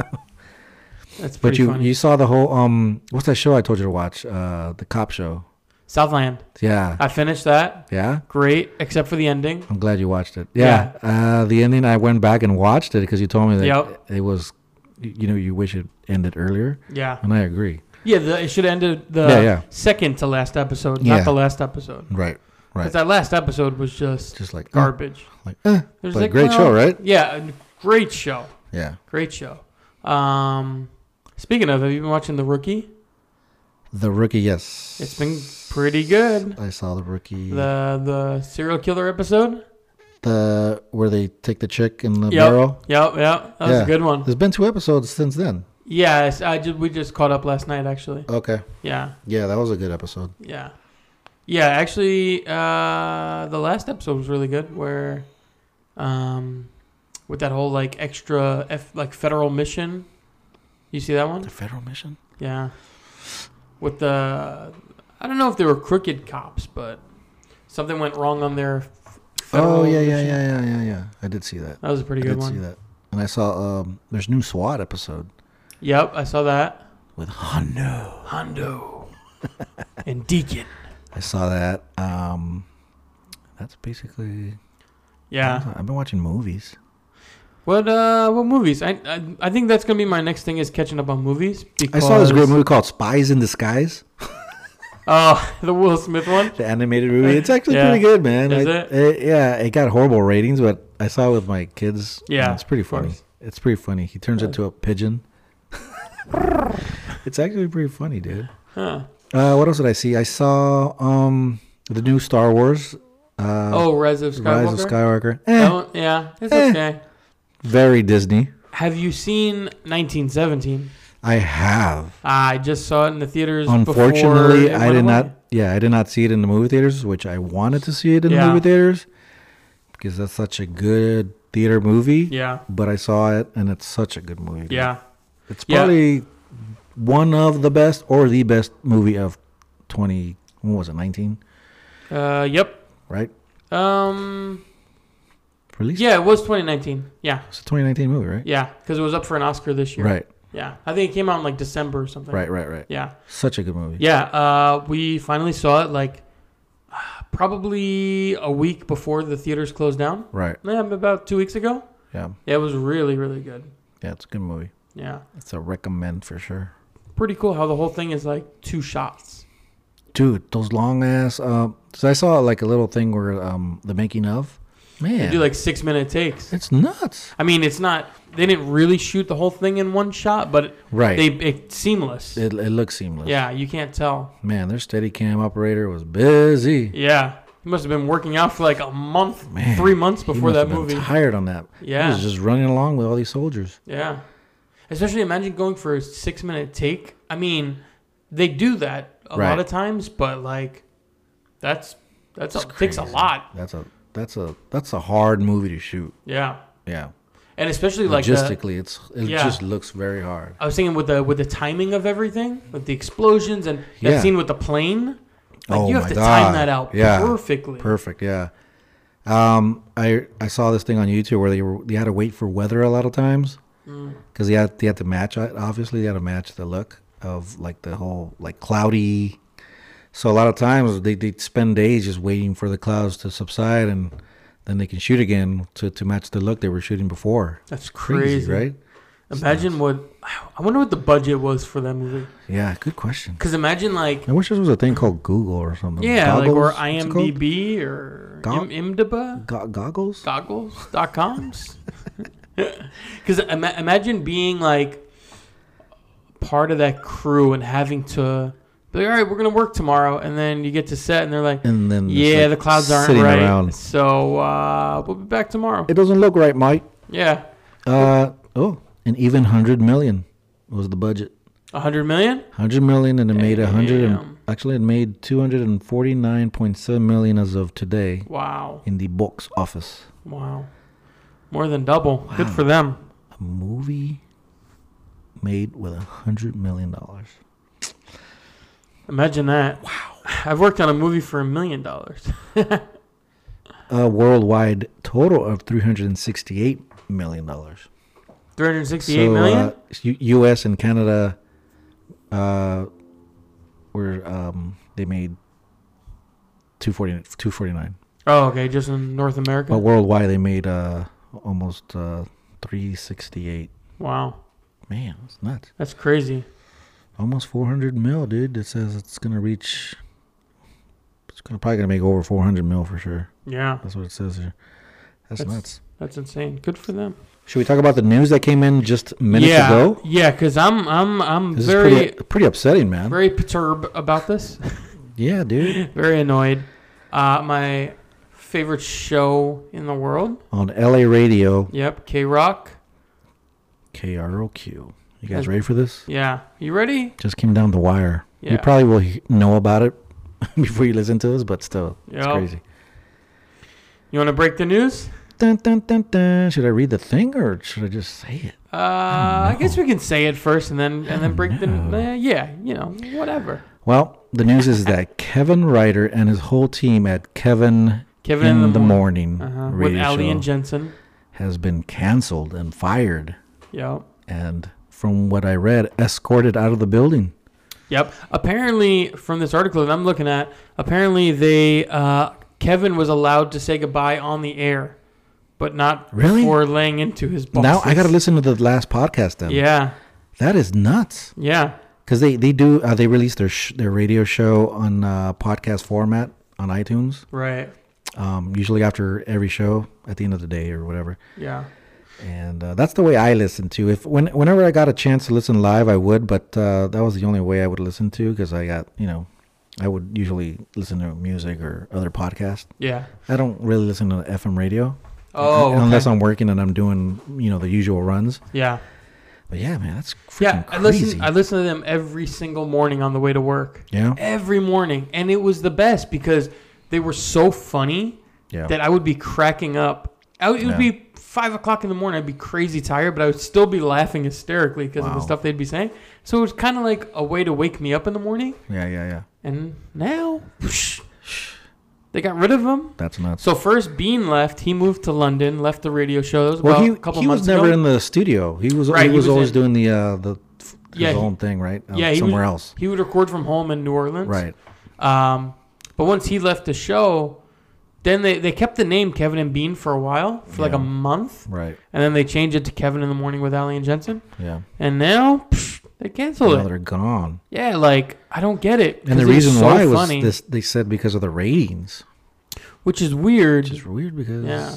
That's pretty But you funny. you saw the whole um what's that show I told you to watch? Uh, the cop show. Southland. Yeah, I finished that. yeah. Great, except for the ending. I'm glad you watched it. Yeah. Uh, the ending, I went back and watched it because you told me that Yep. it was, you know, you wish it ended earlier. Yeah, And I agree. yeah. The, it should have ended the Yeah, yeah. second to last episode, Yeah. not the last episode. Right. Because Right. that last episode was just Just like, oh, garbage. like eh. It was But great show, right? Yeah, and great show. Yeah. Great show. Um, speaking of, have you been watching The Rookie? The Rookie, yes. It's been pretty good. I saw The Rookie. The, The the serial killer episode. Where they take the chick in the Yep. barrel. Yep, yep. That was Yeah. a good one. There's been two episodes since then. Yes, I just we just caught up last night actually. Okay. Yeah, Yeah, that was a good episode. yeah, yeah. Actually, uh, the last episode was really good. Where, um, with that whole like extra F, like federal mission, you see that one? The Federal Mission? Yeah. With the, I don't know if they were crooked cops, but something went wrong on their. f- Oh, federal yeah, yeah, mission. yeah, yeah, yeah, yeah. I did see that. That was a pretty I good did see one. that. And I saw, um, there's new SWAT episode Yep, I saw that. with Hondo. Hondo and Deacon. I saw that. Um, that's basically. Yeah. I've been watching movies. What uh? What movies? I I, I think that's gonna be my next thing is catching up on movies. I Because, saw this great movie called Spies in Disguise, Oh, the Will Smith one. the animated movie. It's actually Yeah. pretty good, man. Is I- it? Yeah, it got horrible ratings, but I saw it with my kids. and Yeah, it's pretty of funny. course. It's pretty funny. He turns Yeah. into a pigeon. it's actually pretty funny, dude. Huh. Uh, what else did I see? I saw um, the new Star Wars. Uh, Oh, Rise of Skywalker. Oh. Rise of Skywalker. Eh, That one- yeah, it's Eh. okay. very Disney. Have you seen 1917? I have. I just saw it in the theaters. before Unfortunately, it I went did away. not. Yeah, I did not see it in the movie theaters, which I wanted to see it in Yeah. the movie theaters because that's such a good theater movie. Yeah, But I saw it, and it's such a good movie. dude. yeah. it's Yeah. probably one of the best or the best movie of twenty. What was it? Nineteen, Uh, yep. right? Um, Released. yeah, it was 2019. Yeah, it's a twenty nineteen movie, right? yeah, because it was up for an Oscar this year. Right, Yeah, I think it came out in like December or something. right, right, right. Yeah, Such a good movie. yeah. Uh, we finally saw it like uh, probably a week before the theaters closed down. Right. Yeah, about two weeks ago. Yeah. Yeah, it was really, really good. Yeah. It's a good movie. Yeah, It's a recommend for sure. pretty cool how the whole thing is like two shots. Dude, those long ass. Uh, so I saw like a little thing where um the making of. Man, They do like six minute takes. it's nuts. I mean, it's not. They didn't really shoot the whole thing in one shot, but Right. they it's seamless. it, it looks seamless. Yeah, you can't tell. Man, their steady cam operator was busy. Yeah, he must have been working out for like a month, Man, three months before he must that have been movie. Tired on that. He Yeah, was just running along with all these soldiers. yeah. Especially imagine going for a six minute take. I mean, they do that a lot Right. of times, but like, that's that's a, It's takes a crazy. lot. That's a that's a that's a hard movie to shoot. Yeah, Yeah. and especially like the, Logistically, it's it Yeah. just looks very hard. I was thinking with the with the timing of everything, with the explosions and that Yeah. scene with the plane. Like Oh you have my to time God. that out Yeah. perfectly. Perfect. Yeah. Um, I I saw this thing on YouTube where they were they had to wait for weather a lot of times Mm. because they had they had to match it. Obviously, they had to match the look of like the whole like cloudy. So a lot of times they they spend days just waiting for the clouds to subside and then they can shoot again to to match the look they were shooting before. That's crazy, right? Imagine what I wonder what the budget was for that movie. Yeah, good question. Because imagine like I wish this was a thing called Google or something. yeah, like or Goggles, what's it called? IMDb or Go- Im- IMDb. Go- goggles. goggles.coms because ima- imagine being like part of that crew and having to be like all right we're gonna work tomorrow and then you get to set and they're like And then it's, yeah like, the clouds aren't sitting right around. so uh, we'll be back tomorrow It doesn't look right, Mike. yeah Uh oh, an even hundred million was the budget. 100 million Hundred million, and it made a hundred. and- Damn. Actually, it made two hundred and forty-nine point seven million as of today wow in the box office. wow more than double good for them A movie made with a hundred million dollars. imagine that wow i've worked on a movie for a million dollars A worldwide total of three hundred and sixty-eight million dollars. 368 million. uh, U- U.S. and Canada uh, were um, they made 240, 249. oh okay just in north america But worldwide, they made uh, almost uh, 368. wow Man, it's nuts. that's crazy Almost 400 mil, dude. It says it's gonna reach. It's gonna probably gonna make over 400 mil for sure. yeah That's what it says here. That's, That's- nuts. That's insane. Good for them. Should we talk about the news that came in just minutes yeah, ago? yeah, because I'm I'm I'm This very is pretty, pretty upsetting, man. very perturbed about this. yeah, dude. very annoyed. Uh, my favorite show in the world. On LA radio, Yep, K Rock. KROQ. You Has- guys ready for this? Yeah, you ready? Just came down the wire. Yeah. You probably will he- know about it before you listen to us, but still, it's Yep. crazy. You want to break the news? Dun, dun, dun, dun. Should I read the thing or should I just say it? Uh, I, guess we can say it first, and then and then break Oh, the. know. Uh, yeah, you know, whatever. Well, the news is that Kevin Ryder and his whole team at Kevin, Kevin in, the, morning Morning uh-huh. with radio Ali show and Jensen. has been canceled and fired, Yep. and from what I read, escorted out of the building. Yep. Apparently, from this article that I'm looking at, apparently they uh, Kevin was allowed to say goodbye on the air, but not Really? before laying into his bosses. Now I got to listen to the last podcast. Then Yeah, that is nuts. yeah, because they they do uh, they release their sh- their radio show on uh, podcast format on iTunes. right. Um, usually after every show at the end of the day or whatever, Yeah, and uh, that's the way I listen to. If when whenever I got a chance to listen live, I would, but uh, that was the only way I would listen to because I got you know I would usually listen to music or other podcasts. yeah. I don't really listen to FM radio Oh, un- unless okay. I'm working and I'm doing you know the usual runs. yeah, But yeah, man, that's freaking yeah. I crazy. listen. I listen to them every single morning on the way to work. yeah, Every morning, and it was the best because they were so funny yeah. that I would be cracking up. I would, it would Yeah. be five o'clock in the morning. I'd be crazy tired, but I would still be laughing hysterically because of the Wow. stuff they'd be saying. So it was kind of like a way to wake me up in the morning. yeah, yeah, yeah. And now they got rid of him. That's nuts. So first, Bean left. He moved to London, left the radio show. That was Well, about he, a couple he months was never ago. in the studio. He was Right, he he was was always in- doing the uh, the f- his Yeah, he- own thing, right? Uh, yeah, he somewhere was- else. He would record from home in New Orleans. Right. Um, but once he left the show, then they, they kept the name Kevin and Bean for a while, for like Yeah. a month, Right. and then they changed it to Kevin in the Morning with Ali and Jensen. Yeah. And now psh, they canceled Now it. they're gone. Yeah, like I don't get it. And the 'cause it's reason so why was funny, this they said because of the ratings, which is weird. which is weird because Yeah.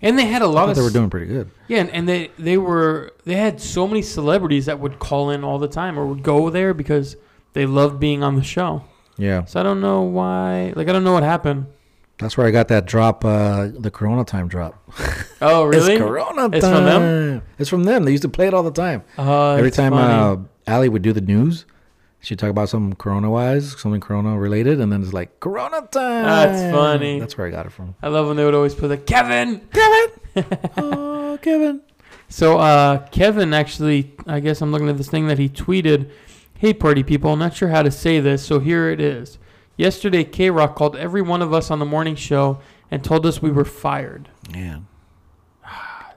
and they had a I lot thought of they were doing. doing pretty good. yeah, and, and they they were they had so many celebrities that would call in all the time or would go there because they loved being on the show. Yeah. So I don't know why. Like I don't know what happened. That's where I got that drop uh, the Corona time drop. Oh really? It's Corona time. It's from them? It's from them. They used to play it all the time. Uh, Every it's time uh, funny. Allie would do the news, she'd talk about something Corona wise, something Corona related, and then it's like Corona time. That's funny. That's where I got it from. I love when they would always put like Kevin. oh, Kevin. So uh, Kevin actually, I guess I'm looking at this thing that he tweeted. Hey, party people, I'm not sure how to say this, so here it is. Yesterday, K Rock called every one of us on the morning show and told us we were fired. Yeah.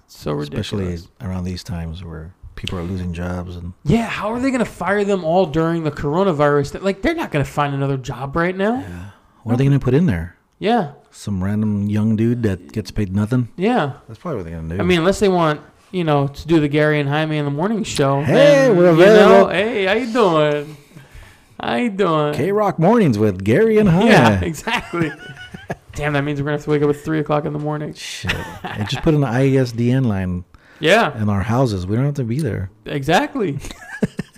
It's so ridiculous. Especially around these times where people are losing jobs and Yeah, how are they going to fire them all during the coronavirus? Th- Like, they're not going to find another job right now. what are they going to put in there? Yeah, Some random young dude that gets paid nothing? yeah. That's probably what they're going to do. I mean, unless they want, you know, to do the Gary and Jaime in the morning show. Hey, then, we're you know, available. Hey, how you doing? How you doing? K Rock Mornings with Gary and Haya. yeah, exactly. Damn, that means we're going to have to wake up at 3 o'clock in the morning. Shit. And just put an E ISDN line Yeah, in our houses. We don't have to be there. exactly.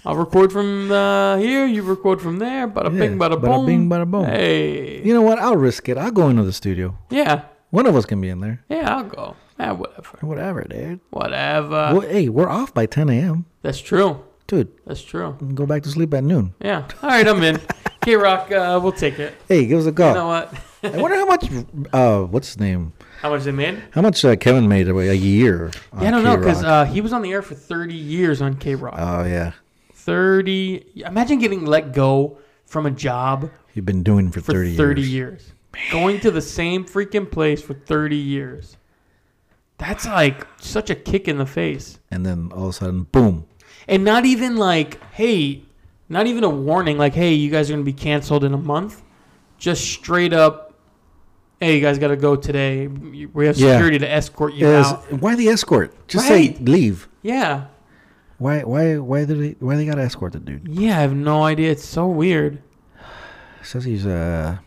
I'll record from uh, here, you record from there. Bada Yeah, bing, bada boom. bada bing, bada boom. Hey. You know what? I'll risk it. I'll go into the studio. Yeah, One of us can be in there. yeah, I'll go. Ah, whatever. Whatever, dude. Whatever. well, hey, we're off by 10 a.m. That's true. Dude, That's true. go back to sleep at noon. Yeah. All right, I'm in. K Rock, uh, we'll take it. Hey, give us a call. You know what? I wonder how much, uh, what's his name? How much they made? How much uh, Kevin made a, a year? on Yeah, I don't know because K-Rock? uh, he was on the air for 30 years on K Rock. oh, yeah. 30. Imagine getting let go from a job You've been doing it for, for 30, 30, years. years. Going to the same freaking place for 30 years. That's like such a kick in the face. And then all of a sudden, boom. And not even like, hey, not even a warning like, hey, you guys are going to be canceled in a month. Just straight up, hey, you guys got to go today. You- We have Yeah. security to escort you Is- out. why the escort? Just say Right. leave. Yeah. Why? Why? Why do they? Why they gotta escort the dude? Yeah, I have no idea. It's so weird. says he's uh,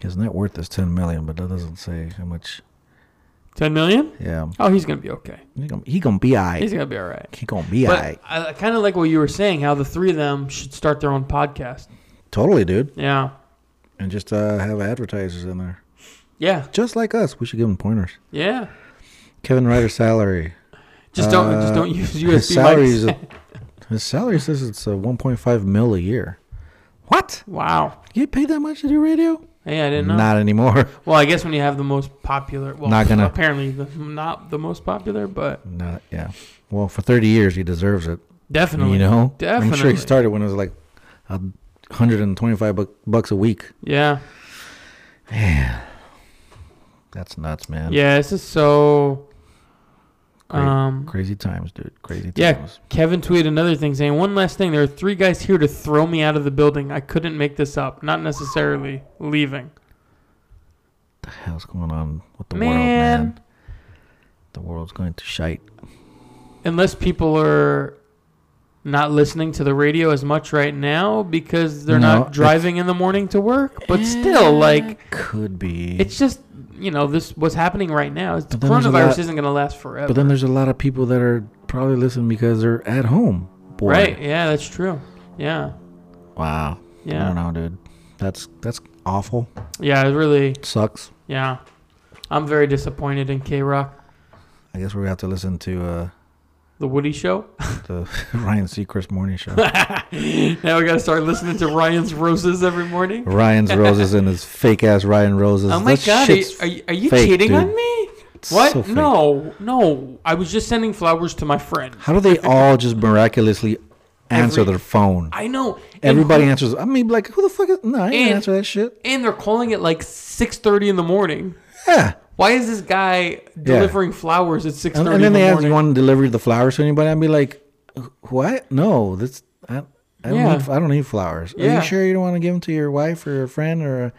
his net worth is ten million, but that doesn't say how much. 10 million? Yeah, Oh, he's going to be okay. he gonna, he gonna be He's alright. going to be all right. He gonna be But alright. I, I kind of like what you were saying, how the three of them should start their own podcast. Totally, dude. Yeah. And just uh, have advertisers in there, Yeah. just like us. We should give him pointers. Yeah. Kevin Ryder's salary. Just don't Uh, just don't use His USB salary is mics. a, his salary says it's uh one point five mil a year. What? wow. You get paid that much to do radio? Hey, I didn't know. Not anymore. well, I guess when you have the most popular, well, Not gonna- apparently the, not the most popular, but Not yeah. Well, for thirty years, he deserves it. definitely, You know, definitely, I'm sure he started when it was like a hundred and twenty-five bu- bucks a week. Yeah, That's nuts, man. yeah. This is so. Great- um, crazy times, dude. Crazy Yeah, times. Kevin tweeted another thing saying, "One last thing. There are three guys here to throw me out of the building. I couldn't make this up. Not necessarily leaving. What the hell's going on with the world, Man. man? The world's going to shite. Unless people are not listening to the radio as much right now because they're No, not driving in the morning to work. But still, Eh, like, could be. it's just you know this what's happening right now. Is the But then there's a coronavirus lot- isn't going to last forever. but then there's a lot of people that are probably listening because they're at home. Boy. right? Yeah, that's true. Yeah, Wow. I yeah, don't know, dude. That's that's awful. yeah. It really, It sucks. yeah. I'm very disappointed in K Rock, I guess we're gonna have to listen to uh, the Woody Show. the Ryan Seacrest morning show. now we gotta start listening to Ryan's Roses every morning. Ryan's roses and his fake ass Ryan roses. Oh my That god, are you, shit's are you, are you fake, cheating dude. on me? What? so fake. no, no. I was just sending flowers to my friend. How do they all just miraculously answer Every- their phone? I know. And- Everybody answers. I mean, like, who the fuck is? No, I didn't And- answer that shit. and they're calling it like 6:30 in the morning. Yeah. Why is this guy delivering flowers at 6:30 And, and then in the they ask, morning? "You want to deliver the flowers to anybody?" I'd be like, "Wh- "What? No, that's I, I don't Yeah. need. I don't need flowers. Are Yeah. you sure you don't want to give them to your wife or a friend or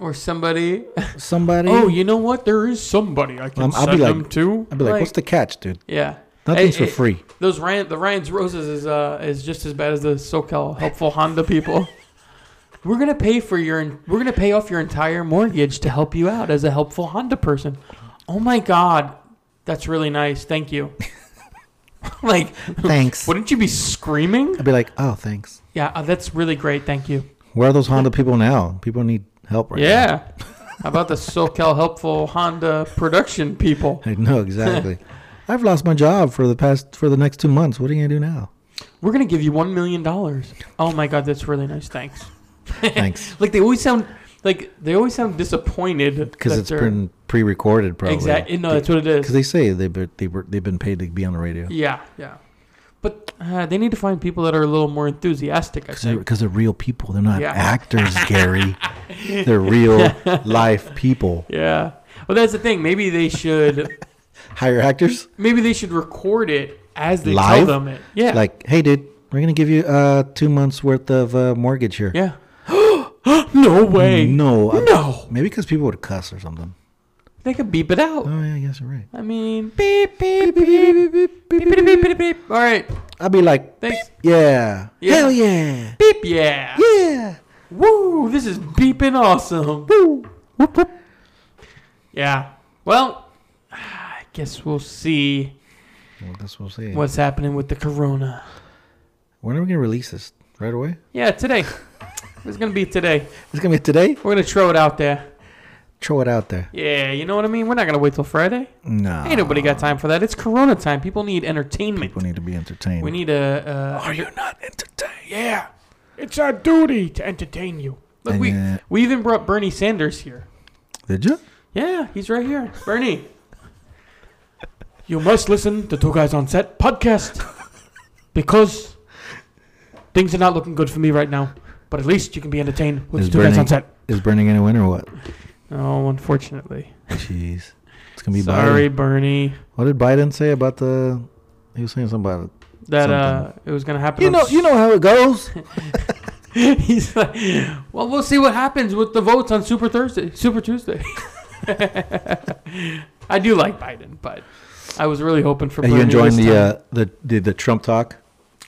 or somebody? somebody?" Oh, you know what? There is somebody I can Um, I'll send be like- them to. I'd be like, "What's the catch, dude? yeah? Nothing's Hey, for hey, free." Those Ryan, the Ryan's roses is uh is just as bad as the SoCal helpful Honda people. We're gonna pay for your, we're gonna pay off your entire mortgage to help you out as a helpful Honda person. Oh my God, that's really nice. Thank you. like, Thanks. wouldn't you be screaming? I'd be like, "Oh, thanks." Yeah, uh, that's really great. Thank you. Where are those Honda people now? People need help right now. Yeah. How about the SoCal helpful Honda production people? I know exactly. I've lost my job for the past for the next two months. What are you gonna do now? We're gonna give you one million dollars. Oh my God, that's really nice. Thanks. Thanks, Like they always sound like they always sound disappointed because that it's they're- been pre-recorded, probably. Exactly. No, that's what it Because is. they say they've been, they were, they've been paid to be on the radio. Yeah, yeah. But uh, they need to find people that are a little more enthusiastic. I Because they're, think. 'cause they're real people. They're not Yeah. actors, Gary. they're real life people. Yeah. Well, that's the thing. Maybe they should. Hire actors. Maybe they should record it as they Live? tell them it. Yeah. Like, hey, dude, we're gonna give you uh two months worth of uh, mortgage here. Yeah. no way. No. I- No. Maybe because people would cuss or something. They could beep it out. Oh yeah, I guess you're right. I mean, beep beep beep beep beep beep beep beep beep. beep, beep. All right. I'd be like, Thanks. "Beep, yeah. Yeah. hell yeah, Beep. Yeah. yeah. Woo! This is beeping awesome. Woo. Whoop, whoop. Yeah. Well, I guess we'll see Well, that's what we'll see. what's happening with the corona. When are we gonna release this? Right away? Yeah, today. It's gonna be today. It's gonna be today. We're gonna throw it out there. Throw it out there. Yeah, you know what I mean. We're not gonna wait till Friday. No. Ain't nobody got time for that. It's Corona time. People need entertainment. People need to be entertained. We need a. a Are you not entertained? yeah, it's our duty to entertain you. Look, we Yeah. we even brought Bernie Sanders here. Did you? Yeah, he's right here, Bernie. you must listen to Two Guys on Set podcast because things are not looking good for me right now. But at least you can be entertained with Is Two Guys Bernie- on Set. Is burning anyone or what? Oh, unfortunately. Jeez. It's gonna be Sorry, Biden. Bernie. What did Biden say about the? He was saying something about it. That uh, it was gonna happen. You on know, you know how it goes. He's like, well, we'll see what happens with the votes on Super Thursday, Super Tuesday. I do like Biden, but I was really hoping for. Are you Bernie enjoying this the, time. uh, the the the Trump talk?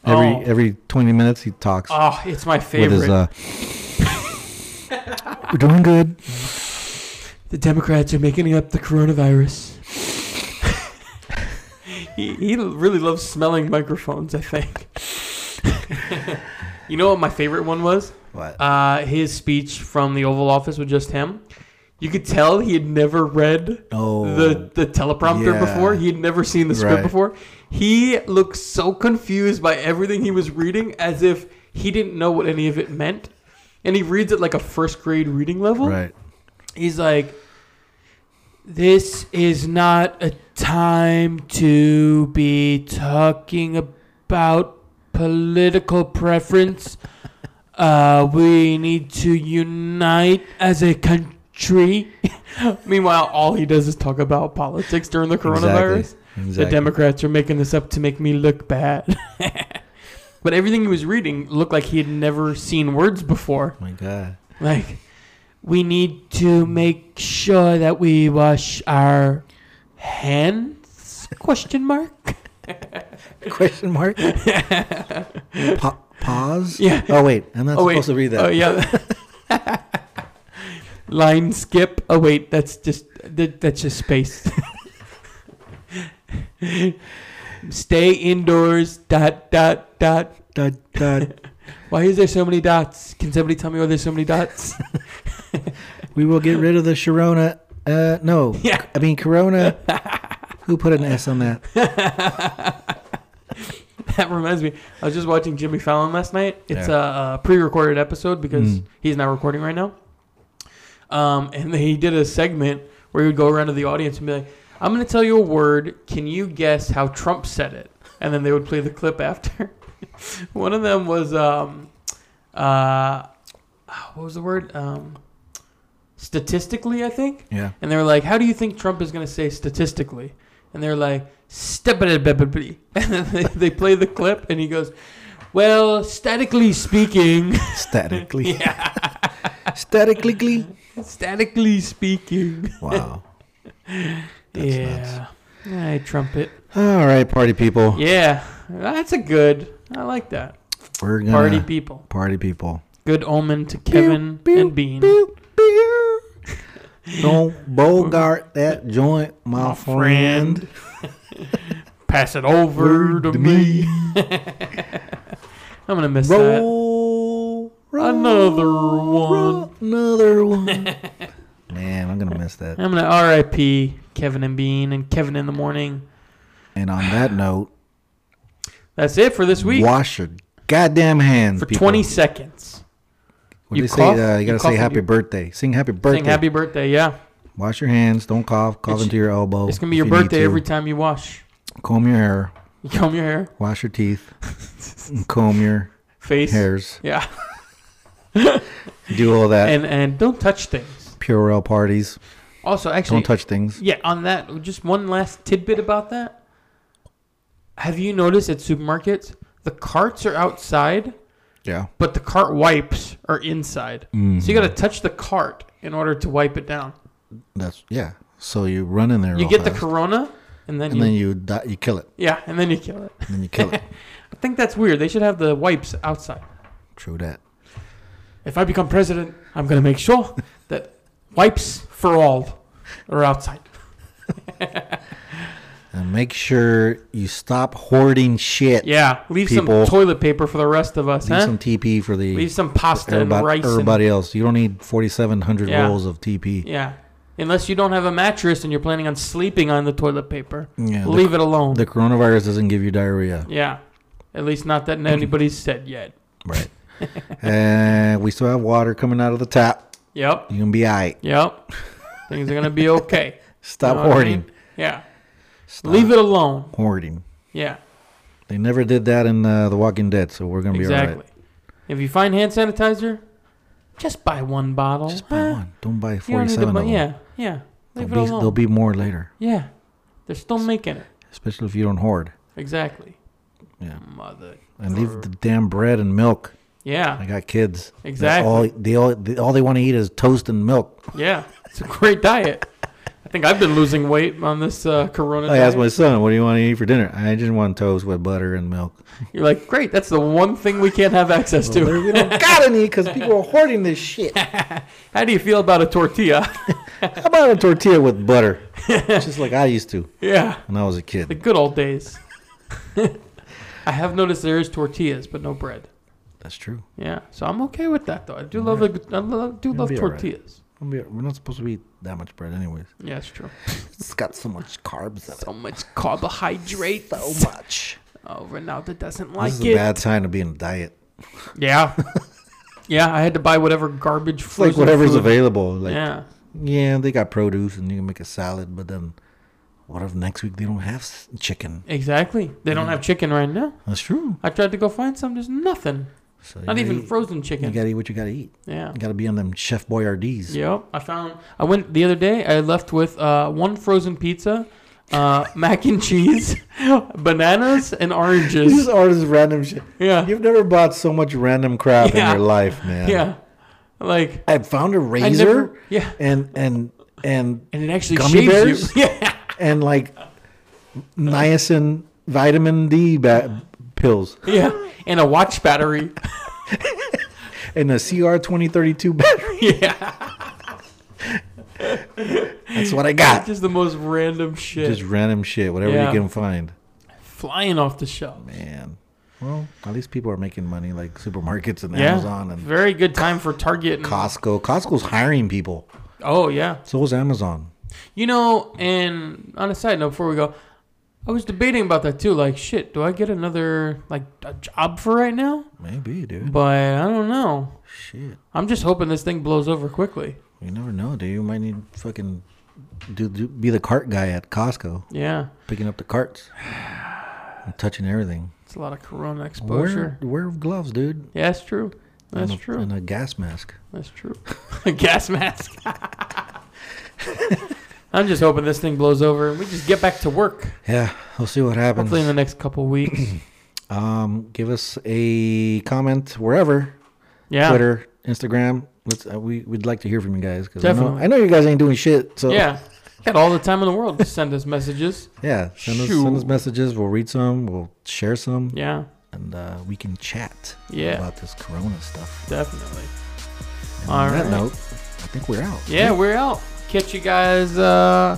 Every Oh. every twenty minutes he talks Oh, it's my with favorite. his. Uh, We're doing good. Uh, the Democrats are making up the coronavirus. he, he really loves smelling microphones. I think. you know what my favorite one was? What? Uh, his speech from the Oval Office with just him. You could tell he had never read oh, the the teleprompter Yeah. before. He had never seen the script Right. before. He looked so confused by everything he was reading, as if he didn't know what any of it meant. And he reads it like a first grade reading level. right. He's like, "This is not a time to be talking about political preference. Uh, we need to unite as a country." Meanwhile, all he does is talk about politics during the coronavirus. Exactly. The Democrats are making this up to make me look bad. but everything he was reading looked like he had never seen words before. Oh my God. Like, we need to make sure that we wash our hands? Question mark. Question mark. pa- pause. Yeah. Oh wait, I'm not Oh, wait. supposed to read that. Oh yeah. Line skip. Oh wait, that's just that, that's just space. Stay indoors. Dot dot dot. Da, da, Why is there so many dots? Can somebody tell me why there's so many dots? we will get rid of the Sharona. Uh, no. Yeah. I mean Corona. Who put an S on that? That reminds me. I was just watching Jimmy Fallon last night. It's a, a pre-recorded episode because Mm. he's not recording right now. Um, and he did a segment where he would go around to the audience and be like, "I'm going to tell you a word. Can you guess how Trump said it?" And then they would play the clip after. One of them was, um, uh, what was the word? Um, statistically, I think. Yeah. And they were like, "How do you think Trump is going to say statistically?" And they're like, "Step it, up, up, up." And then they, they play the clip, and he goes, "Well, statically speaking, Statically. yeah, Statically. statically speaking, Wow. That's nuts. yeah, I trumpet, All right, party people. yeah, that's a good. I like that. We're gonna Party party, people, people. good omen to Kevin Pew, pew, and Bean, pew, pew. Don't bogart that joint, my, My friend. friend. Pass it over to me. I'm gonna miss that. Roll, roll, Another roll, one. another one. Man, I'm gonna miss that. I'm gonna R.I.P. Kevin and Bean and Kevin in the morning. And on that note, That's it for this week. wash your goddamn hands for people. 20 seconds. What do you they cough, say? Uh, you you gotta cough say and happy you- birthday. Sing happy birthday. Saying happy birthday, yeah. Wash your hands. Don't cough. Cough It's- into your elbow. It's going to if be your you need birthday to. every time you wash. Comb your hair. You comb your hair, Wash your teeth. and comb your face. hairs. Yeah. Do all that. And and don't touch things. Purell parties. Also, actually, Don't touch things. Yeah, on that, just one last tidbit about that. Have you noticed at supermarkets the carts are outside, Yeah. but the cart wipes are inside? So you got to Mm-hmm. touch the cart in order to wipe it down. That's yeah. So you run in there. You real get the fast, corona, and then and you then you die, you kill it. yeah, and then you kill it. And then you kill it. I think that's weird. They should have the wipes outside. True that. If I become president, I'm gonna make sure that wipes for all are outside. And make sure you stop hoarding shit. Yeah, leave People. some toilet paper for the rest of us, Leave huh? some TP for the leave some pasta and everybody, rice. and- everybody else. You don't need 4,700 Yeah. rolls of TP. yeah, unless you don't have a mattress and you're planning on sleeping on the toilet paper, Yeah, the- leave it alone. The coronavirus doesn't give you diarrhea. yeah, at least not that anybody's said yet. Right. and we still have water coming out of the tap. Yep, You can be all right. yep. Things are gonna be okay. Stop You know what I hoarding. mean? Oh, Yeah, Stop leave it alone. hoarding. Yeah. They never did that in uh, The Walking Dead, so we're going to be all Exactly. right. If you find hand sanitizer, just buy one bottle. Just buy Huh? one. Don't buy You don't need to 47 buy- of them. Yeah, yeah. There'll Leave be, it alone. there'll be more later, yeah, they're still making it. especially if you don't hoard. Exactly. Yeah. Mother. And leave the damn bread and milk. I Yeah, got kids. That's Exactly. All they, all, they, all they want to eat is toast and milk. yeah. It's a great diet. I think I've been losing weight on this uh, Corona. I asked my diet. son, "What do you want to eat for dinner?" I just want toast with butter and milk. You're like, great. That's the one thing we can't have access to. we don't got any because people are hoarding this shit. How How do you feel about a tortilla? about a tortilla with butter, just like I used to yeah, when I was a the kid? good old days. I have noticed there is tortillas, but no bread. That's true. Yeah, so I'm okay with that though. I do love the I love, do love be all right. tortillas. We're not supposed to eat that much bread, anyways. Yeah, it's true. It's got so much carbs in So much carbohydrate. So much. Oh, Ronaldo doesn't This like is a it. bad time to be on a diet. Yeah, yeah. I had to buy whatever garbage. It's like frozen whatever's food. available. Like yeah. Yeah, they got produce and you can make a salad, but then what if next week they don't have s- chicken? exactly. They don't have chicken right now. That's true. I tried to go find some. There's nothing. So Not you even gotta eat- frozen You chicken. gotta eat what you gotta eat. yeah. You gotta be on them Chef Boyardees. Yep. I found. I went the other day. I left with uh, one frozen pizza, uh, mac and cheese, bananas, and This is oranges. all this random shit. Yeah. You've never bought so much random crap Yeah. in your life, man. Yeah. Like I found a razor I never. Yeah. and and and And it actually Gummy shaves bears? you. Yeah. and like niacin vitamin D ba- pills Yeah. And a watch battery. and a CR twenty thirty two battery. Yeah. That's what I got. Just the most random shit. Just random shit, whatever Yeah. you can find. flying off the shelf. Man. Well, at least people are making money like supermarkets and Yeah. Amazon and Very good time for Target. And, Costco. Costco's hiring people. oh, yeah. So is Amazon. You know, and on a side note, before we go, I was debating about that too. Like, shit, do I get another, like, a job for right now? Maybe, dude. But I don't know. Shit. I'm just hoping this thing blows over quickly. You never know, dude. You might need fucking do, do, be the cart guy at Costco, Yeah. picking up the carts, and touching everything. It's a lot of corona exposure. Wear, wear gloves, dude. Yeah, that's true. That's and a, true. And a gas mask. That's true. A gas mask. I'm just hoping this thing blows over and we just get back to work. Yeah, we'll see what happens. Hopefully in the next couple weeks. Um, give us a comment wherever Yeah. Twitter, Instagram. Let's. Uh, we we'd like to hear from you guys because I know, Definitely. I know you guys ain't doing shit. So Yeah. Got all the time in the world to send us messages. yeah. Send us, send us Shoot. messages. We'll read some. We'll share some, Yeah, and uh, we can chat Yeah. about this Corona stuff. definitely. And All on that right. note, I think we're out. Yeah, we're out. Catch you guys uh,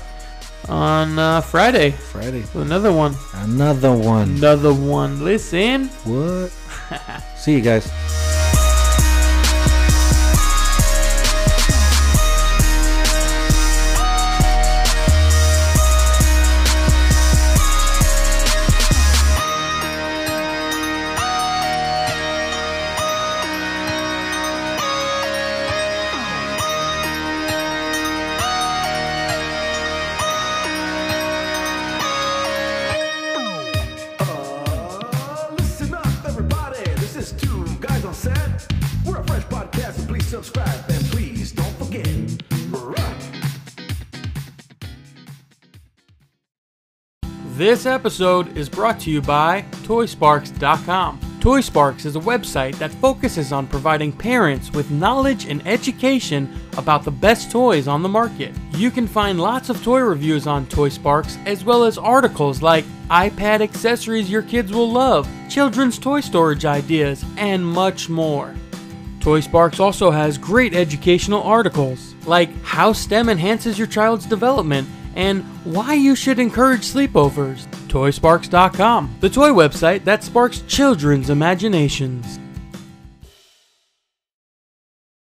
on uh, Friday Friday. with another one. Another one. Another one. Listen. What? See you guys. Uh, Listen up, everybody. This is two guys on set. We're a fresh podcast, so please subscribe and please don't forget. Bruh. This episode is brought to you by ToySparks.com. ToySparks is a website that focuses on providing parents with knowledge and education about the best toys on the market. You can find lots of toy reviews on ToySparks, as well as articles like iPad accessories your kids will love, children's toy storage ideas, and much more. ToySparks also has great educational articles like how STEM enhances your child's development and why you should encourage sleepovers. ToySparks.com, the toy website that sparks children's imaginations.